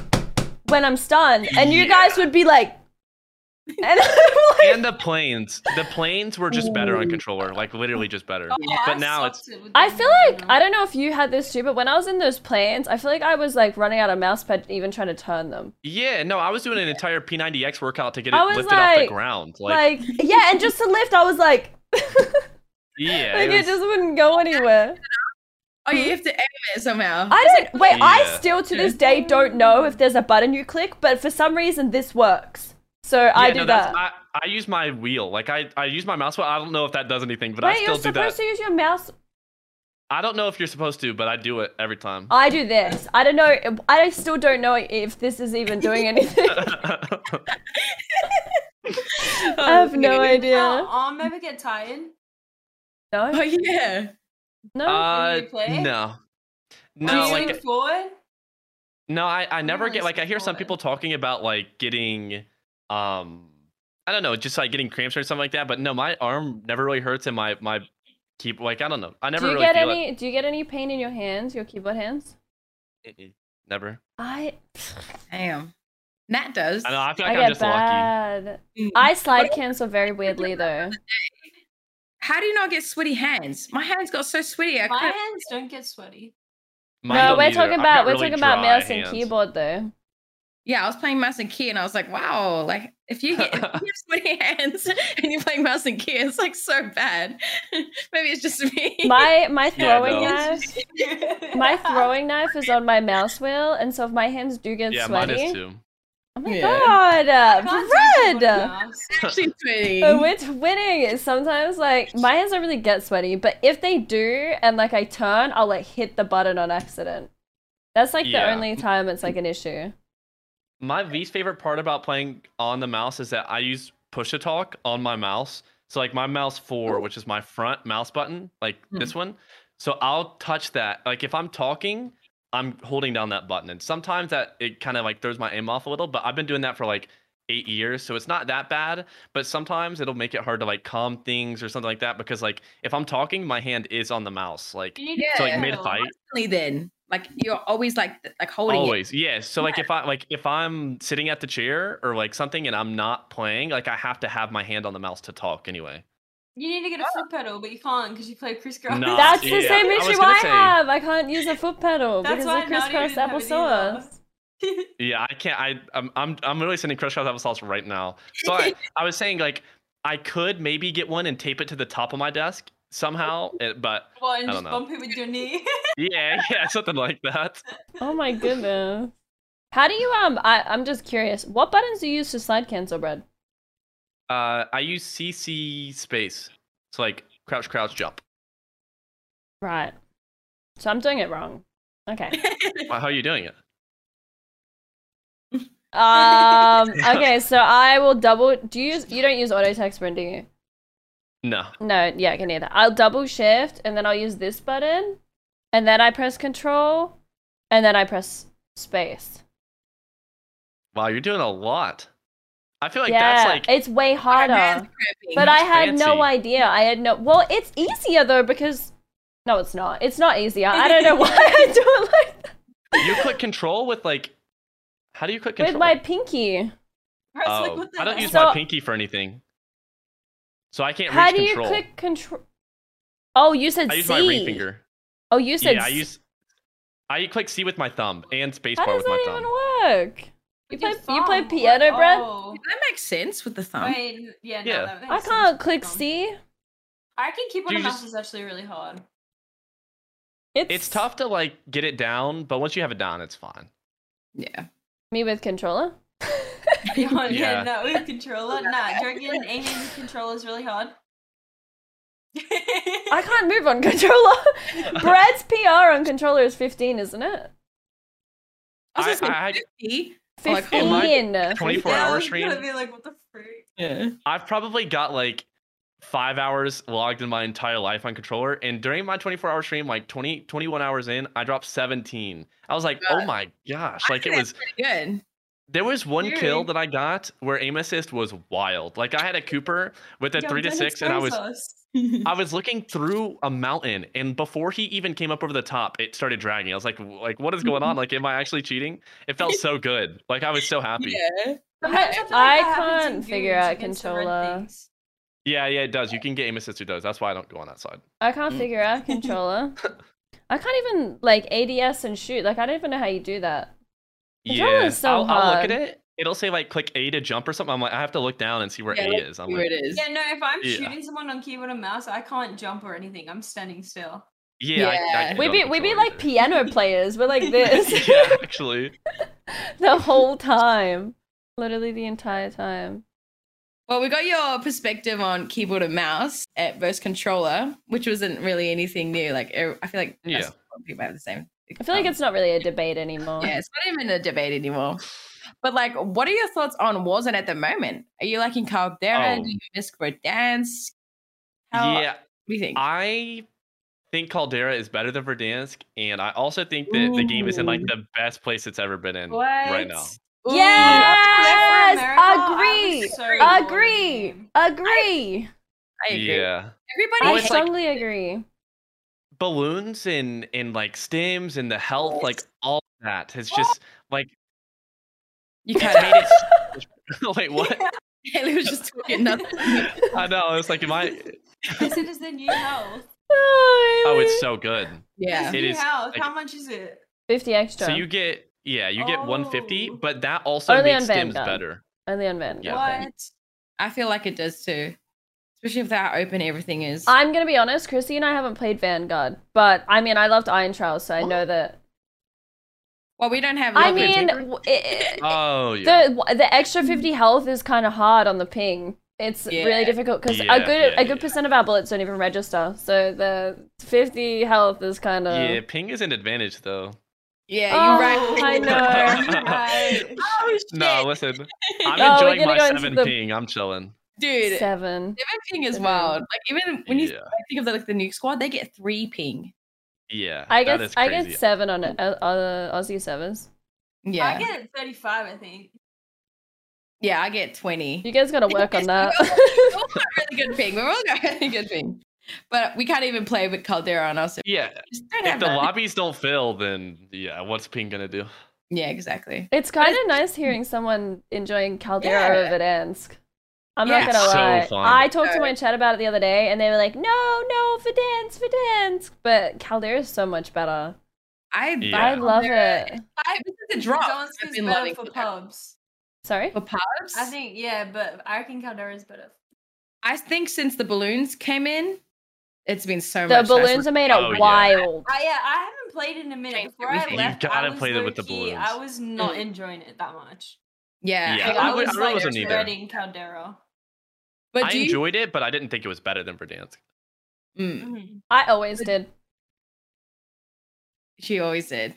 when I'm stunned, and you Yeah. guys would be like, and I'm like, And the planes, the planes were just better on controller, like literally just Oh. better. uh, But now it's I feel like I don't know if you had this too, but when I was in those planes, I feel like I was like running out of mouse pad even trying to turn them. yeah, no, I was doing an entire P90X workout to get I it was lifted off like- the ground. Like, Like, yeah, and just to lift, I was like, yeah, like it it was- just wouldn't go anywhere. oh you have to aim it somehow I don't wait. I Yeah. still to this day don't know if there's a button you click, but for some reason this works. So I yeah, do no, that's- that. I, I use my wheel. Like I, I use my mouse wheel. I don't know if that does anything, but I Wait, still you're do that. supposed to use your mouse. I don't know if you're supposed to, but I do it every time. I do this. I don't know. I still don't know if this is even doing anything. I have no Yeah. idea. Arm ever get tired? oh No, yeah no. Uh, play? no. Do No, you like lean forward? no, I, Oh, I never really get like I hear some straightforward. people talking about like getting um I don't know, just like getting cramps or something like that, but no, my arm never really hurts and my my keep like I don't know. I never do you really get feel any? Do you get any pain in your hands, your keyboard hands? it. Mm-mm, Never. I damn Nat does I know, I feel I like I am get just bad. Mm. I slide cancel very weirdly though. how do you not get sweaty hands my hands got so sweaty I My couldn't hands don't get sweaty. lucky. Mine No, don't we're either. talking I've about got we're really talking about dry mouse hands. and keyboard though. yeah I was playing mouse and key and I was like wow like if you get if you have sweaty hands and you're playing mouse and key it's like so bad maybe it's just me My my Yeah, throwing no. knife. My throwing knife is on my mouse wheel, and so if my hands do get Yeah, mine sweaty, is too. oh my Yeah. god, I can't touch uh, the red! bottom mouse. actually sweaty Oh, it's winning. Sometimes like my hands don't really get sweaty, but if they do, and like I turn, I'll like hit the button on accident. That's like the Yeah. only time it's like an issue. My least favorite part about playing on the mouse is that I use push to talk on my mouse. So like my mouse four, which is my front mouse button, like Oh. Hmm. this one. So I'll touch that. Like if I'm talking, I'm holding down that button, and sometimes that it kind of like throws my aim off a little. But I've been doing that for like eight years, so it's not that bad. But sometimes it'll make it hard to like calm things or something like that because like if I'm talking, my hand is on the mouse, like You need Yeah. so like mid fight. Only then, like you're always like like holding it. Always, yes. So like if I like if I'm sitting at the chair or like something and I'm not playing, like I have to have my hand on the mouse to talk anyway. You need to get a foot pedal, but you can't because you play crisscross. No. That's Uh, yeah. the same I was issue gonna I say- have. I can't use a foot pedal That's because why of I'm not crisscross even having it applesauce. Yeah, I can't. I I'm I'm, I'm really sending Crush House applesauce right now. So I, I was saying like I could maybe get one and tape it to the top of my desk somehow, eh, but well, and I just don't know. bump it with your knee. yeah, yeah, something like that. Oh my goodness. How do you um? I I'm just curious. What buttons do you use to slide cancel, Brad? Uh, I use CC space. So like crouch, crouch, jump. Right. So I'm doing it wrong. Okay. Wow, how are you doing it? Um. Okay. So I will double. Do you use? You don't use auto text, Bryn, do you? No. No. Yeah, I can either. I'll double shift and then I'll use this button, and then I press control, and then I press space. Wow, you're doing a lot. I feel like yeah, that's like it's way Our harder. hands cramping. But I had no fancy. idea. I had no. Well, it's easier though because. No, it's not. It's not easier. I don't know why I do it like that. you click control with like. How do you click control? with my pinky. Or it's like, Oh, what the I don't heck? use So- my pinky for anything. So I can't reach How do you control. click control? Oh, you said I use C. my ring finger. Oh, you said yeah, I C. use. I click C with my thumb and How spacebar does with my that thumb. even work? You With play, your you play thumb. piano, Brad? Oh. that makes sense with the thumb. Wait, yeah, no, Yeah. that makes I sense. can't click Thumb. C. I reckon keyboard Do and you mouse just- is actually really hard. It's, It's tough to like get it down, but once you have it down, it's fine. Yeah. Me with controller. yeah, Yeah. yeah. no, with controller. Nah, do you reckon aiming with controller is really hard? I can't move on controller. Brad's PR on controller is 15, isn't it? I, I- was gonna I- say 50. Oh, like, in my- 15. 24 Yeah, I hour was stream. gonna be like, what the freak? Yeah. I've probably got like five hours logged in my entire life on controller, and during my 24 hour stream, like 20, 21 hours in, I dropped 17. I was like, oh my gosh! Like it was. Good. There was one kill Dude. that I got where aim assist was wild. Like I had a Cooper with a Yo, three to don't six, and I expose was us. I was looking through a mountain, and before he even came up over the top, it started dragging. I was like, like what is going on? Like, am I actually cheating? It felt so good. Like I was so happy. Yeah, Yeah. Sometimes feel like I that happens in can't figure games out against the red controller. things. yeah, it does. You can get aim assist who does. That's why I don't go on that side. I can't Mm. figure out controller. I can't even like ADS and shoot. Like I don't even know how you do that. Controller yeah, is so I'll, I'll look hard. at it. It'll say like click A to jump or something. I'm like, I have to look down and see where Yeah, A is. I'm Here like, it is. Yeah, no, if I'm Yeah. shooting someone on keyboard and mouse, I can't jump or anything. I'm standing still. yeah, I- I Yeah. can't We go be on we be controller like either. piano players. We're like this yeah, actually. the whole time, literally the entire time. Well, we got your perspective on keyboard and mouse at versus controller, which wasn't really anything new. Like er- I feel like Yeah. most people have the same. um, I feel like Um, it's not really a debate anymore. yeah, it's not even a debate anymore. But like, what are your thoughts on Warzone at the moment? Are you liking Caldera? Oh. Do you miss Grid Dance? How, yeah, What do you think? I think Caldera is better than Verdansk, and I also think that the game is in like the best place it's ever been in right now. Ooh, Yes, Left for America, I was agree, so bored of the agree, game. agree. I agree. Yeah, Everybody, Well, I Oh, it's like- strongly agree. balloons and and like stims and the health, like Yes. all that has just like you made can't hate it. it. Wait, what? Haley was just talking nothing. I know. It's like, am I? This is the new health. Oh, it's so good. Yeah. It New is, health. like- How much is it? fifty extra. So you get yeah, you get 150, Oh. but that also Only makes on stims Vanguard. better. only on Vanguard. Yeah. What? I feel like it does too, especially with how open everything is. I'm gonna be honest, Chrissy and I haven't played Vanguard, but I mean, I loved Iron Trials, so I know that. well, we don't have. I Love Grid mean, Dance. w- it, Oh yeah. the the extra fifty health is kind of hard on the ping. It's Yeah. really difficult because Yeah, a good yeah, a good yeah. percent of our bullets don't even register, so the fifty health is kind of. Yeah, ping is an advantage though. yeah, Oh, you're right. I know. You're right. Oh, No, shit. listen, Oh, we're I'm enjoying gonna my go into seven the- ping. I'm chilling. dude. Seven Seven. ping is Seven. wild. Like even when you Yeah. like, think of the, like the nuke squad, they get three ping. Yeah, I that get is I crazy. get seven on it. Uh, uh, Aussie sevens. Yeah, I get 35, I think. Yeah, I get 20. You guys got to work on that. we all got really good ping. We've all got really good ping. But we can't even play with Caldera on us. so Yeah. we just don't If have the that. lobbies don't fill, then yeah, what's Ping gonna do? Yeah, exactly. It's kind of nice hearing someone enjoying Caldera Yeah. over Verdansk. I'm Yeah. not gonna It's so lie. fun. I talked to my chat about it the other day, and they were like, "No, no, Verdansk, Verdansk." But Caldera is so much better. I Yeah. I love it. I, this is a drop. Donsk I've is been better loving for Caldera. pubs. Sorry. For pubs? I think, yeah, but I reckon Caldera is better. I think since the balloons came in, it's been so The much. nicer. balloons are made Oh, out yeah. wild. I, yeah, I haven't played in a minute. Changed Before I everything. You left, gotta I was play them with the low-key- balloons. I was not Mm. enjoying it that much. Yeah, Yeah, Like, I I would- was I like, wasn't either. dreading Caldera. but I do you? enjoyed it, but I didn't think it was better than Verdansk. Mm, Mhm. I always did. she always did.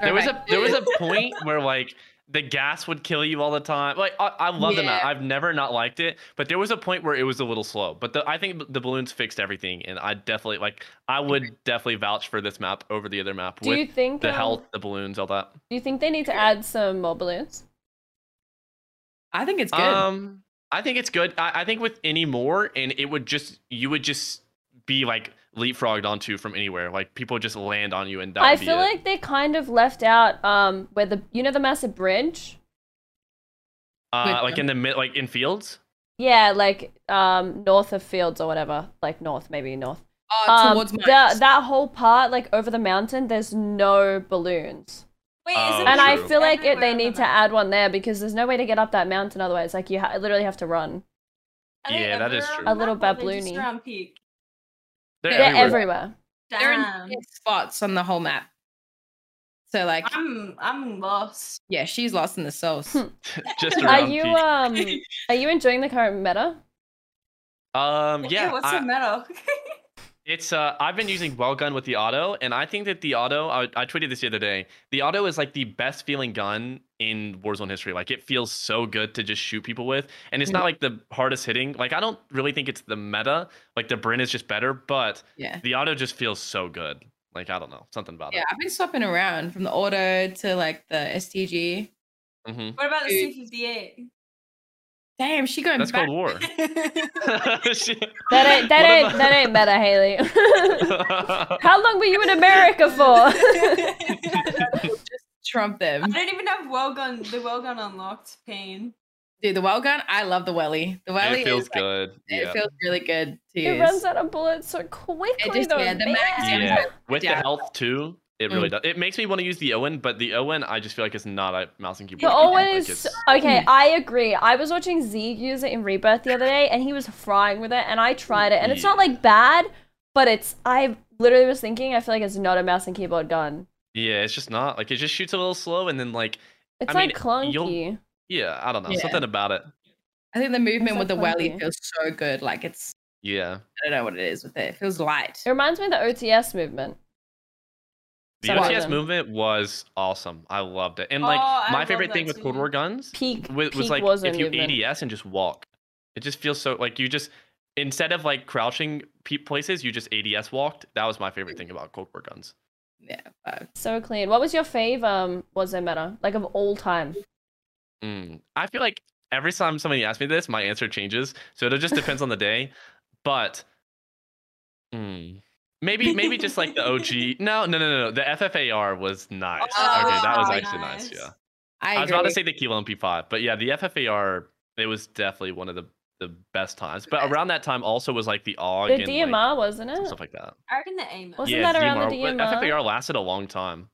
There was a Alright. there was a point where like the gas would kill you all the time. Like I, I love them. Yeah. I've never not liked it, but there was a point where it was a little slow. But the, I think the balloons fixed everything, and I definitely like I would definitely vouch for this map over the other map Do with you think the um, health, the balloons, all that. Do you think they need to add some more balloons? I think it's good. Um, I think it's good. I, I think with any more, and it would just you would just be like leapfrogged onto from anywhere. Like people just land on you, and that I would be feel it. like they kind of left out um where the you know the massive bridge. uh, Wait, like in the mid, like in fields. Yeah, like um north of fields or whatever, like north maybe north. oh, Um, towards my. that that whole part like over the mountain, there's no balloons, Wait, Oh, isn't and I True. feel like it, everywhere they on the need to map? add one there because there's no way to get up that mountain otherwise. Like you ha- literally have to run. Are they Yeah, that is everywhere true. on A little the map or are they just babloony. around peak? They're They're everywhere. everywhere. They're in Damn. different spots on the whole map. So like, I'm I'm lost. yeah, she's lost in the sauce. Hmm. just Are around you peak. um are you enjoying the current meta? uh, Um, yeah, Ew, what's I- the matter? it's uh, I've been using well gun with the auto, and I think that the auto. I, I tweeted this the other day. The auto is like the best feeling gun in Warzone history. Like it feels so good to just shoot people with, and Mm. it's not like the hardest hitting. Like I don't really think it's the meta. Like the Brin is just better, but Yeah, the auto just feels so good. Like I don't know, something about yeah. I've been swapping around from the auto to like the STG. it. hmm what about the Dude. C58? Damn, she going That's back. Cold War. Shit. That ain't that What ain't about- that ain't meta, Haley. How long were you in America for? Trump I them, don't even have well gun. The well gun unlocked. Pain. dude. The well gun. I love the welly. The welly it feels is, like, good. It Yeah. feels really good to It use. runs out of bullets so quickly It just though. yeah, the man. magazine Yeah. with the Yeah. health too it really does it makes me want to use the owen but the owen i just feel like it's not a mouse and keyboard The game. old one Like, is it's- okay. I agree. I was watching Z use it in Rebirth the other day, and he was frying with it, and I tried it, and it's not like bad, but it's. I literally was thinking, I feel like it's not a mouse and keyboard gun. yeah it's just not like it just shoots a little slow and then like It's I like mean, clunky. you'll- yeah i don't know Yeah. something about it I think the movement so with the welly clunky. feels so good. Like it's yeah I don't know what it is with it. It feels light. It reminds me of the OTS movement. the Some of ots them. movement was awesome i loved it and like Oh, I my love favorite that thing with cold too. war guns Peak was, was peak like Warzone if you movement. ads and just walk it just feels so like you just instead of like crouching pe- places you just ads walked that was my favorite thing about cold war guns Yeah. fuck. So clean. What was your fave? Um, was it meta like of all time? Mm, I feel like every time somebody asks me this, my answer changes. So it just depends on the day. But mm, maybe maybe just like the OG. No, no, no, no. no. The FFAR was nice. Oh, okay, that was wow, actually nice. nice. Yeah. I, I, was agree. about to say the Kilo MP5, but yeah, the FFAR it was definitely one of the the best times. But Best. around that time also was like the AUG The and DMR like, wasn't it? stuff like that. I reckon the aim. Wasn't that around the DMR? But FFAR lasted a long time.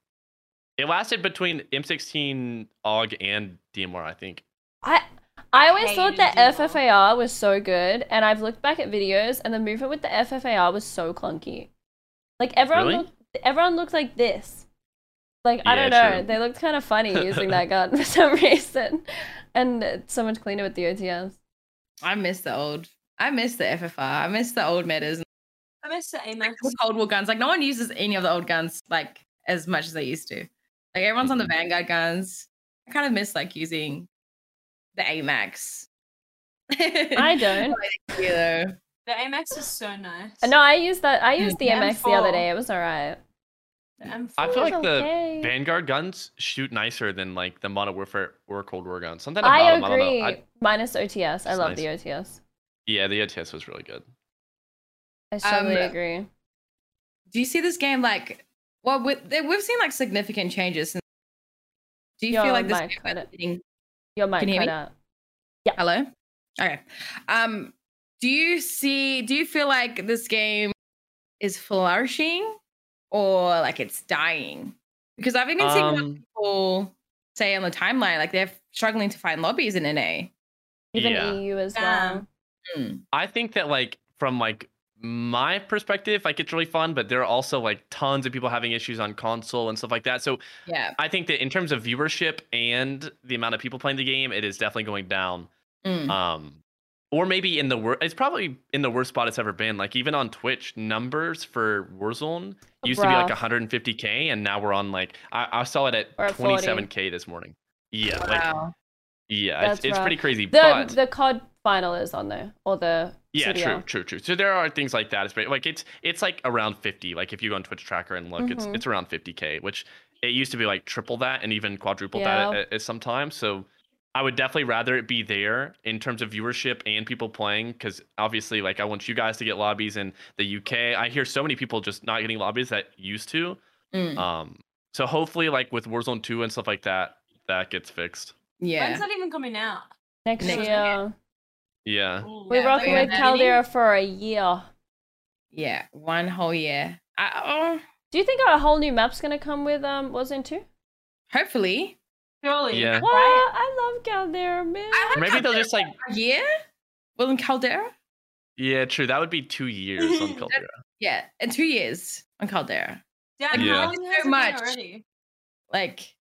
It lasted between M16 AUG and DMR, I think. I I always Hey, thought you that do well. FFAR was so good, and I've looked back at videos, and the movement with the FFAR was so clunky. Like everyone Really? looked, everyone looked like this. Like I Yeah, don't know, true. they looked kind of funny using that gun for some reason, and it's so much cleaner with the OTS. I miss the old. I miss the FFR. I miss the old metas. I miss the aim. F. With Cold War guns. Like no one uses any of the old guns like as much as they used to. Like everyone's on the Mhm. Mm-hmm. Vanguard guns. I kind of miss like using the AMAX. I don't. you know. The AMX is so nice. No, I used that. I used Mm, the MX the other M4. day. It was alright. I feel like okay. the Vanguard guns shoot nicer than like the Modern Warfare or Cold War guns. Something about I them, I don't agree. know. I- Minus OTS. I It's nice. love the OTS. yeah, the OTS was really good. I strongly Um, agree. Do you see this game like? Well, with, they- we've seen like significant changes. Since, do you Yo, feel like this? Mike, game cut is it. getting- Your mic can you hear cut me? out. Hello. Okay. Um. Do you see? Do you feel like this game is flourishing, or like it's dying? Because I've even seen Um, people say on the timeline like they're struggling to find lobbies in NA. Even Yeah. EU as Yeah. well. I think that like from like my perspective, like it's really fun, but there are also like tons of people having issues on console and stuff like that. So Yeah. I think that in terms of viewership and the amount of people playing the game, it is definitely going down. Mm-hmm. Mm. Um, or maybe in the worst, it's probably in the worst spot it's ever been. Like even on Twitch, numbers for Warzone used to be like Bruh. 150k, and now we're on like I, I saw it at Or at 40. 27k this morning. Yeah, Oh, like Wow. yeah, it's, That's it's rough. pretty crazy. The but the COD final is on there. Or the yeah, CDR. true, true, true. So there are things like that. It's pretty, like it's it's like around 50. Like if you go on Twitch Tracker and look, it's Mhm. it's around 50k, which it used to be like triple that and even quadruple that Yeah. at, at sometimes. So I would definitely rather it be there in terms of viewership and people playing because obviously, like I want you guys to get lobbies in the UK. I hear so many people just not getting lobbies that used to. Mm. Um, so hopefully, like with Warzone 2 and stuff like that, that gets fixed. Yeah. When's that even coming out? Next Next year. Yeah, Ooh. We're Yeah, rocking like with that. Caldera for a year. Yeah. One whole year. I, Do you think a whole new map's gonna come with um Warzone 2? oh, hopefully. Surely. Yeah. What? Right? I love Caldera, man. I like maybe they'll Caldera just like for a year. William Caldera. yeah, true. That would be two years on Caldera. Yeah, in two years on Caldera. Damn, Yeah. how long has it So been much. already? Like,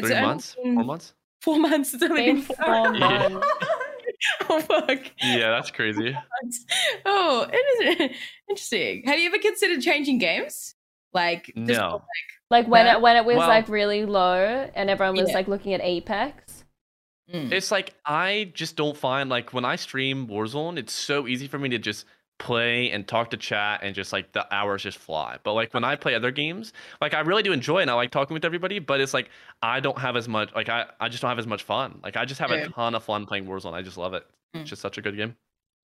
Three only months, been four months. Four months. It's only Been been four four months. Yeah. months. Oh, fuck. Yeah, that's crazy. Oh, it is interesting. Have you ever considered changing games? Like, just- No. Like when Yeah. it when it was Well- like really low and everyone was Yeah. like looking at Apex. Mm. It's like I just don't find like when I stream Warzone, it's so easy for me to just play and talk to chat and just like the hours just fly. But like when I play other games, like I really do enjoy and I like talking with everybody, but it's like I don't have as much like I, I just don't have as much fun. Like I just have Yeah. a ton of fun playing Warzone. I just love it. Mm. It's just such a good game.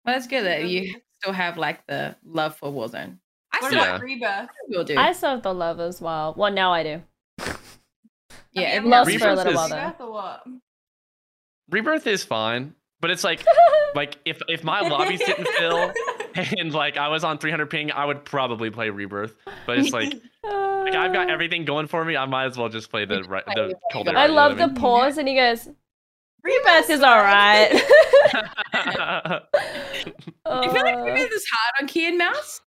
well, that's good that you Really? still have like the love for Warzone. I What still Yeah. about Rebirth? will do. I still have the love as well. Well now I do. yeah, Have it you lost ever for a played little while, though. Rebirth or what? Rebirth is fine, but it's like like if if my lobbies didn't fill and like I was on 300 ping, I would probably play Rebirth. But it's like Like I've got everything going for me. I might as well just play the right, the cold. I love the pause and he goes, Rebirth is alright. the. I feel like we made this hard on Key and Mouse.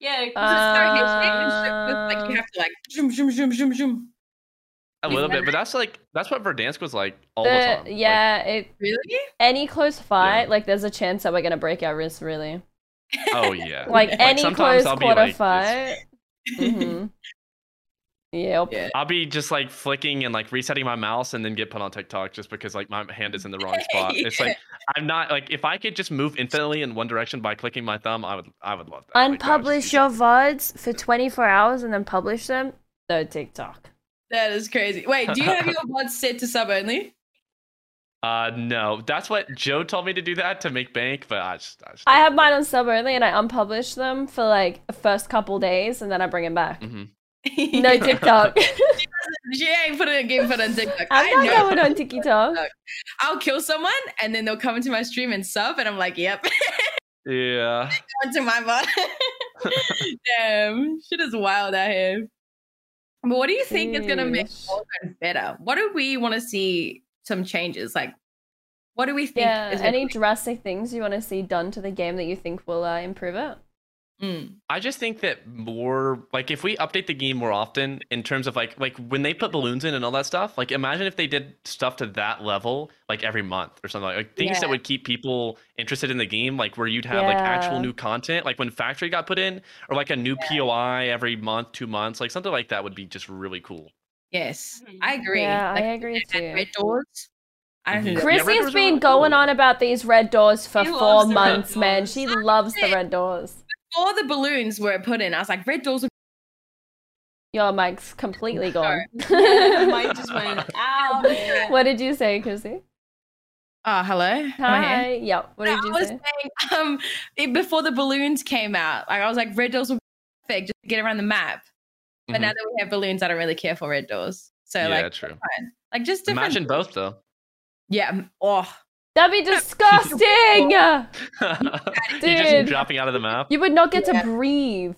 Yeah, 'cause Just Uh, start hitting it and shit, but, like you have to like zoom, zoom, zoom, zoom, zoom. a little bit, but that's like that's what Verdansk was like all the, Uh, The- time. Like, yeah, it, Really? any close fight, like there's a chance that we're gonna break our wrists really. oh yeah. Like any sometimes close I'll be quarter like this. fight. hmm Yep. Yeah. oh I'll be just like flicking and like resetting my mouse and then get put on TikTok just because like my hand is in the wrong spot. It's like I'm not like if I could just move infinitely in one direction by clicking my thumb, I would I would love that. Like, that would just Unpublish be your VODs for 24 hours and then publish them. No TikTok. That is crazy. Wait, do you have your VOD set to sub only? Uh no, that's what Joe told me to do that to make bank, but I just I, just I have mine on sub only and I unpublish them for like the first couple days and then I bring them back. Mhm. No TikTok. she ain't put it again put it on TikTok. I I'm know. not going on TikTok. I'll kill someone and then they'll come into my stream and sub, and I'm like, yep, Mm-hmm. yeah. onto my bot. Damn, shit is wild out here. But what do you think is gonna make Sheesh. Warzone better? What do we want to see some changes? Like, what do we think? Yeah. is Any drastic things you want to see done to the game that you think will uh, improve it? Mm, I just think that more like if we update the game more often in terms of like like when they put balloons in and all that stuff, like imagine if they did stuff to that level like every month or something like, like things Yeah. that would keep people interested in the game, like where you'd have like actual Yeah. new content, like when Factory got put in, or like a new POI every month, two months, like something like that would be just really cool. yes, Mhm. I agree. Mm-hmm. Yeah, Like, I agree and too. Red doors. I don't Mhm. know. Chris- red Chrissy has doors are been really going cool. on about these red doors for She four loves the red months, man. doors. She loves the red doors. Before the balloons were put in, I was like, red doors. Are- Your mic's completely gone. Mike just went out. what did you say, Chrissy? Oh, hello. Hi. Yep. What did I you was say? saying um it- before the balloons came out, like I was like red doors were perfect just to get around the map. But now that we have balloons, I don't really care for red doors. So Mm-hmm. yeah, like true. like just different. Imagine both though. yeah. m- Oh, That'd be disgusting. you Dude. just dropping out of the map. you would not get Yeah. to breathe.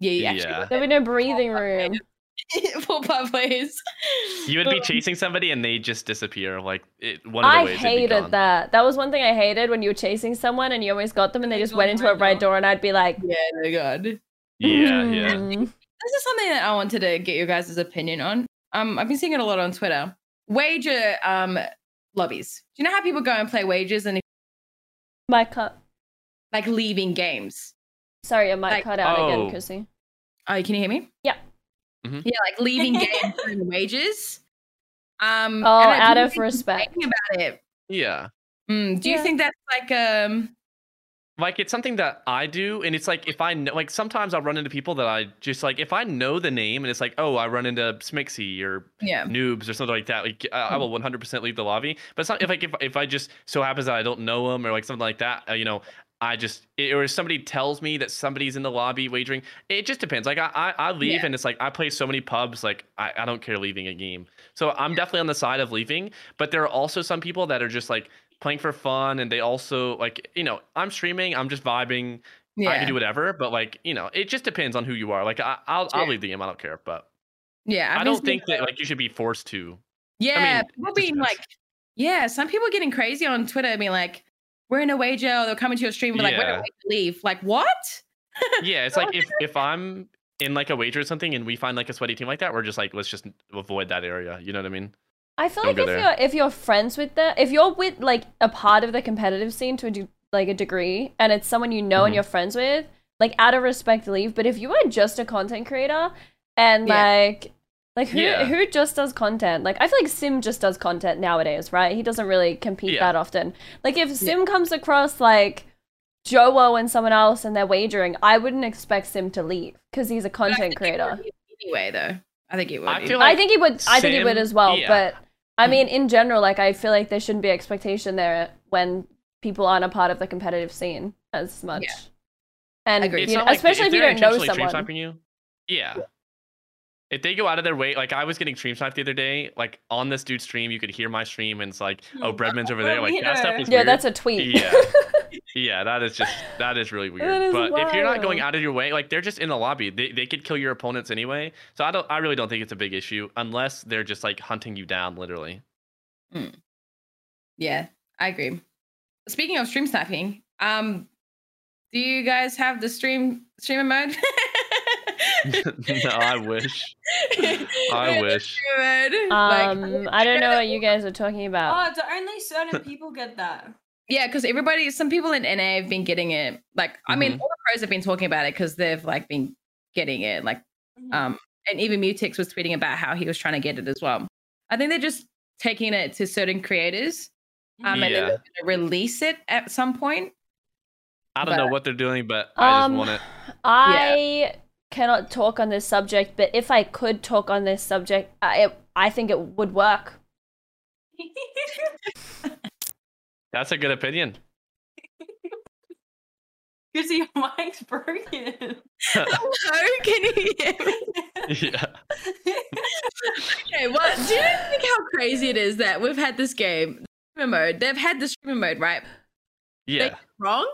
yeah. You Yeah. actually There'd be no breathing room. yeah. for bubbly's. You would be chasing somebody and they just disappear. Like it, one of the I ways. they'd be hated gone. that. That was one thing I hated when you were chasing someone and you always got them and they They just go went in into the a red red door. door and I'd be like, Yeah, oh god. Yeah, yeah. "Mm." this is something that I wanted to get your guys' opinion on. Um, I've been seeing it a lot on Twitter. Wager um lobbies. Do you know how people go and play wagers and My cut. like leaving games? Sorry, I might Like- cut out Oh. again, Chrissy. Oh, can you hear me? Yeah. Mhm. Yeah, like leaving games and wages. Um, Oh, and I out didn't of think respect. anything about it. Yeah. Mm, do you Yeah. think that's like um? Like it's something that I do, and it's like if I know, like sometimes I'll run into people that I just like if I know the name, and it's like oh I run into Smixy or Yeah. noobs or something like that. Like I, Hmm. I will 100% leave the lobby. But it's not if like if, if I just so happens that I don't know them or like something like that. Uh, you know, I just it, or if somebody tells me that somebody's in the lobby wagering. It just depends. Like I I, I leave Yeah. and it's like I play so many pubs. Like I, I don't care leaving a game. So I'm definitely on the side of leaving. But there are also some people that are just like playing for fun and they also like you know I'm streaming. I'm just vibing. Yeah. I can do whatever. But like you know it just depends on who you are. Like I, I'll I'll Sure. leave the game. I don't care. But yeah. I, I've been don't seeing think a that lot. like you should be forced to. Yeah, mean, people it being depends. like, yeah, some people are getting crazy on Twitter, being like, "We're in a wager," or they'll come into your stream and be like, "We're in a Yeah. wager, leave." Like what? yeah, it's like if if I'm in like a wager or something and we find like a sweaty team like that, we're just like let's just avoid that area. You know what I mean? I feel Don't like go if there. you're if you're friends with the if you're with like a part of the competitive scene to a de- like a degree and it's someone you know and Mhm. you're friends with, like out of respect leave. But if you are just a content creator and Yeah. like like who Yeah. who just does content? Like I feel like Sim just does content nowadays, right? He doesn't really compete Yeah. that often. Like if Sim comes across like Joe and someone else and they're wagering, I wouldn't expect Sim to leave because he's a But I content think it creator. would Anyway, though, I think it would. I be. feel I think he would. I think he would Sim- as well. yeah. But I mean, in general, like I feel like there shouldn't be expectation there when people aren't a part of the competitive scene as much. Yeah. And Agreed. you It's know, not like they- especially if you they're don't know intentionally stream someone. sniping you. Yeah. If they go out of their way, like I was getting stream sniped the other day, like on this dude's stream, you could hear my stream, and it's like, oh, Hmm. Bredman's over What a there. Like that stuff leader. is Yeah, weird. that's a tweet. yeah, yeah, that is just that is really weird. That is but if you're not going wild. out of your way, like they're just in the lobby, they, they could kill your opponents anyway. So I don't, I really don't think it's a big issue unless they're just like hunting you down, literally. Yeah, I agree. Speaking of stream sniping, um, do you guys have the stream streamer mode? no, I wish. Yeah, I wish. streamer mode. um, like, I don't know what you guys are talking about. Oh, do only certain people get that? yeah, because everybody, some people in NA have been getting it. Like, I Mm-hmm. mean, all the pros have been talking about it because they've like been getting it. Like, Mm-hmm. um, and even Mutex was tweeting about how he was trying to get it as well. I think they're just taking it to certain creators, um, and Yeah. they're going to release it at some point. I don't but- know what they're doing, but I um, just want it. I cannot talk on this subject, but if I could talk on this subject, I I think it would work. That's a good opinion. Because your mic's broken. Hello, Oh, can you hear me? yeah. Okay, well, do you think how crazy it is that we've had this game streamer mode? They've had the streamer mode, right? Yeah. Wrong.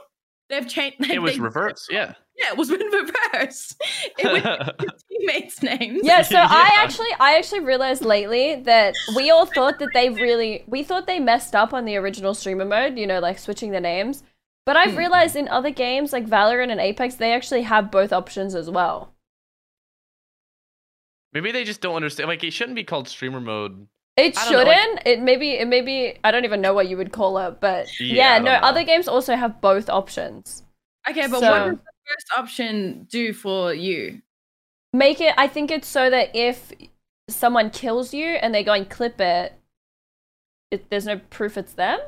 They've changed. It was they- reverse. Yeah. Yeah, it was in reverse. It was teammates' names. yeah so i Yeah. actually i actually realized lately that we all thought that they really we thought they messed up on the original streamer mode you know like switching the names but i've Hmm. realized in other games like valorant and apex they actually have both options as well Maybe they just don't understand. Like it shouldn't be called streamer mode. it I don't know, like- shouldn't it maybe it maybe i don't even know what you would call it but Yeah, yeah, I no don't know. other games also have both options Okay, but what So- does the first option do for you? make it i think it's so that if someone kills you and they go and clip it, it there's no proof it's them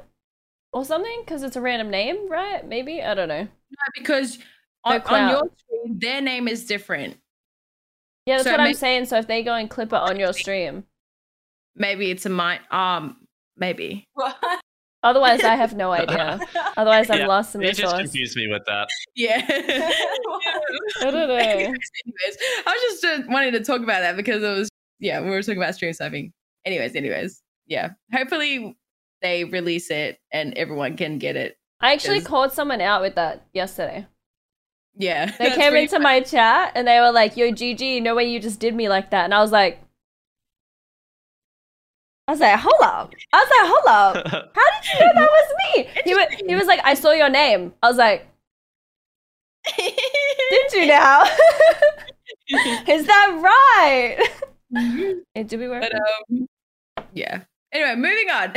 or something because it's a random name right maybe i don't know No, Uh, because on, The on crowd. your screen, their name is different. Yeah, that's So what may- I'm saying. So if they go and clip it on your stream, Maybe it's a mine. Um, maybe. otherwise I have no idea. Otherwise I'm Yeah, lost in You the just sauce. confused me with that. Yeah. I don't know. anyways, I was just uh, wanting to talk about that because it was yeah, we were talking about stream sniping. Anyways, anyways, yeah. Hopefully they release it and everyone can get it. I actually Is- called someone out with that yesterday. Yeah, They that's came pretty into my chat and they were like, "Yo, GG, no way you just did me like that." And I was like, I was like, "Hold up!" I was like, "Hold up!" Oh. How did you know that was me? He was, he was like, I saw your name. I was like, didn't you now? Is that right? It did we work? Mm-hmm. But um, yeah. Anyway, moving on.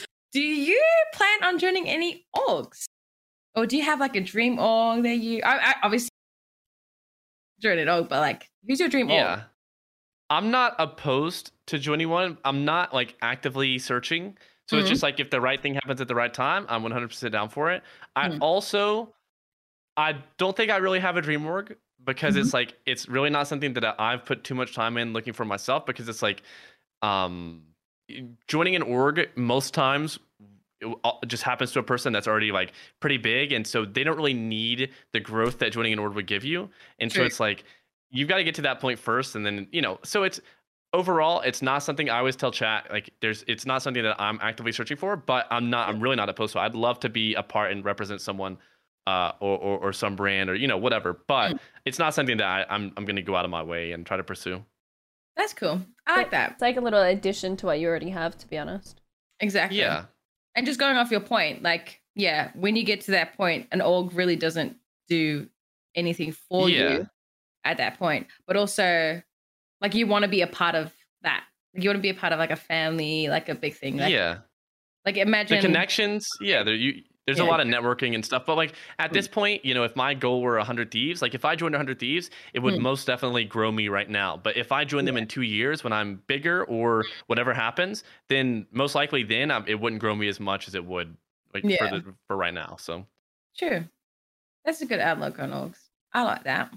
do you plan on joining any orgs, or do you have like a dream org that you? I, I obviously join an org, but like, who's your dream org? Yeah. I'm not opposed to joining one. I'm not like actively searching. So it's Mhm. just like if the right thing happens at the right time, I'm 100% down for it. I Mhm. also I don't think I really have a dream org because it's like it's really not something that I- I've put too much time in looking for myself because it's like um joining an org most times it w- all- just happens to a person that's already like pretty big and so they don't really need the growth that joining an org would give you and so True. it's like you've got to get to that point first and then you know so it's overall it's not something i always tell chat like there's it's not something that i'm actively searching for but i'm not i'm really not opposed to it. i'd love to be a part and represent someone uh or or, or some brand or you know whatever Mm. but it's not something that I, i'm i'm gonna go out of my way and try to pursue That's cool. I like that. It's like a little addition to what you already have, to be honest. Exactly. yeah And just going off your point, like, yeah, when you get to that point, an org really doesn't do anything for Yeah. you at that point. But also, like, you want to be a part of that. Like, you want to be a part of like a family, like a big thing. Like, yeah Like, imagine. the connections yeah there you there's a Yeah. Hmm. lot of networking and stuff but like at this point you know if my goal were 100 thieves like if i joined 100 thieves it would Mm. most definitely grow me right now but if i join them in two years when i'm bigger or whatever happens then most likely then i it wouldn't grow me as much as it would like Yeah. for, the, for right now so True. That's a good outlook on orgs. I like that.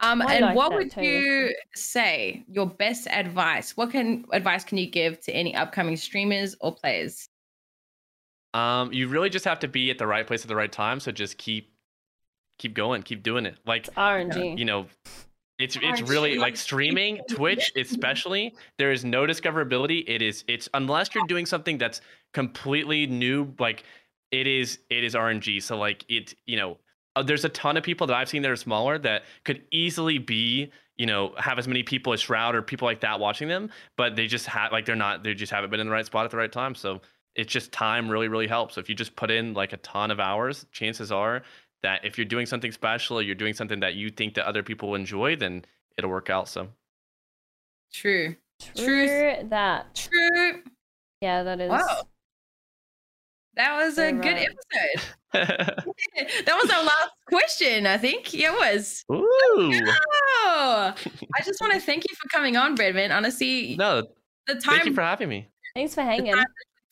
Um, I and like what that would too. you say your best advice? What can advice can you give to any upcoming streamers or players? Um, you really just have to be at the right place at the right time. So just keep, keep going, keep doing it. Like It's RNG. you know, it's it's Aren't really you like streaming Twitch, especially. There is no discoverability. It is it's unless you're doing something that's completely new. Like it is it is RNG. So like it you know, uh, there's a ton of people that I've seen that are smaller that could easily be you know have as many people as Shroud or people like that watching them, but they just have like they're not they just haven't been in the right spot at the right time. So it's just time really really helps. If you just put in like a ton of hours, chances are that if you're doing something special or you're doing something that you think that other people will enjoy, then it'll work out. So True. True Truth. that. True. Yeah, that is. Wow. That was a You're good right. episode. that was our last question, I think. Yeah, it was. Ooh. Oh, I just want to thank you for coming on, Redman. Honestly, No, the thank you time for having me. Thanks for hanging. time-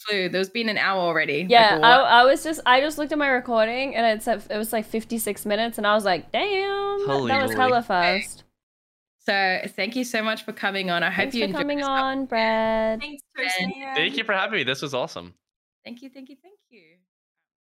flew. There's been an hour already. like a Yeah, lot. I, I was just I just looked at my recording and it said it was like 56 minutes and I was like, damn, Holy that was moly. hella fast. so thank you so much for coming on. I hope Thanks you for enjoyed coming yourself. on, Brad. Thanks, And Tristan. Thank you for having me. This was awesome. Thank you, thank you, thank you.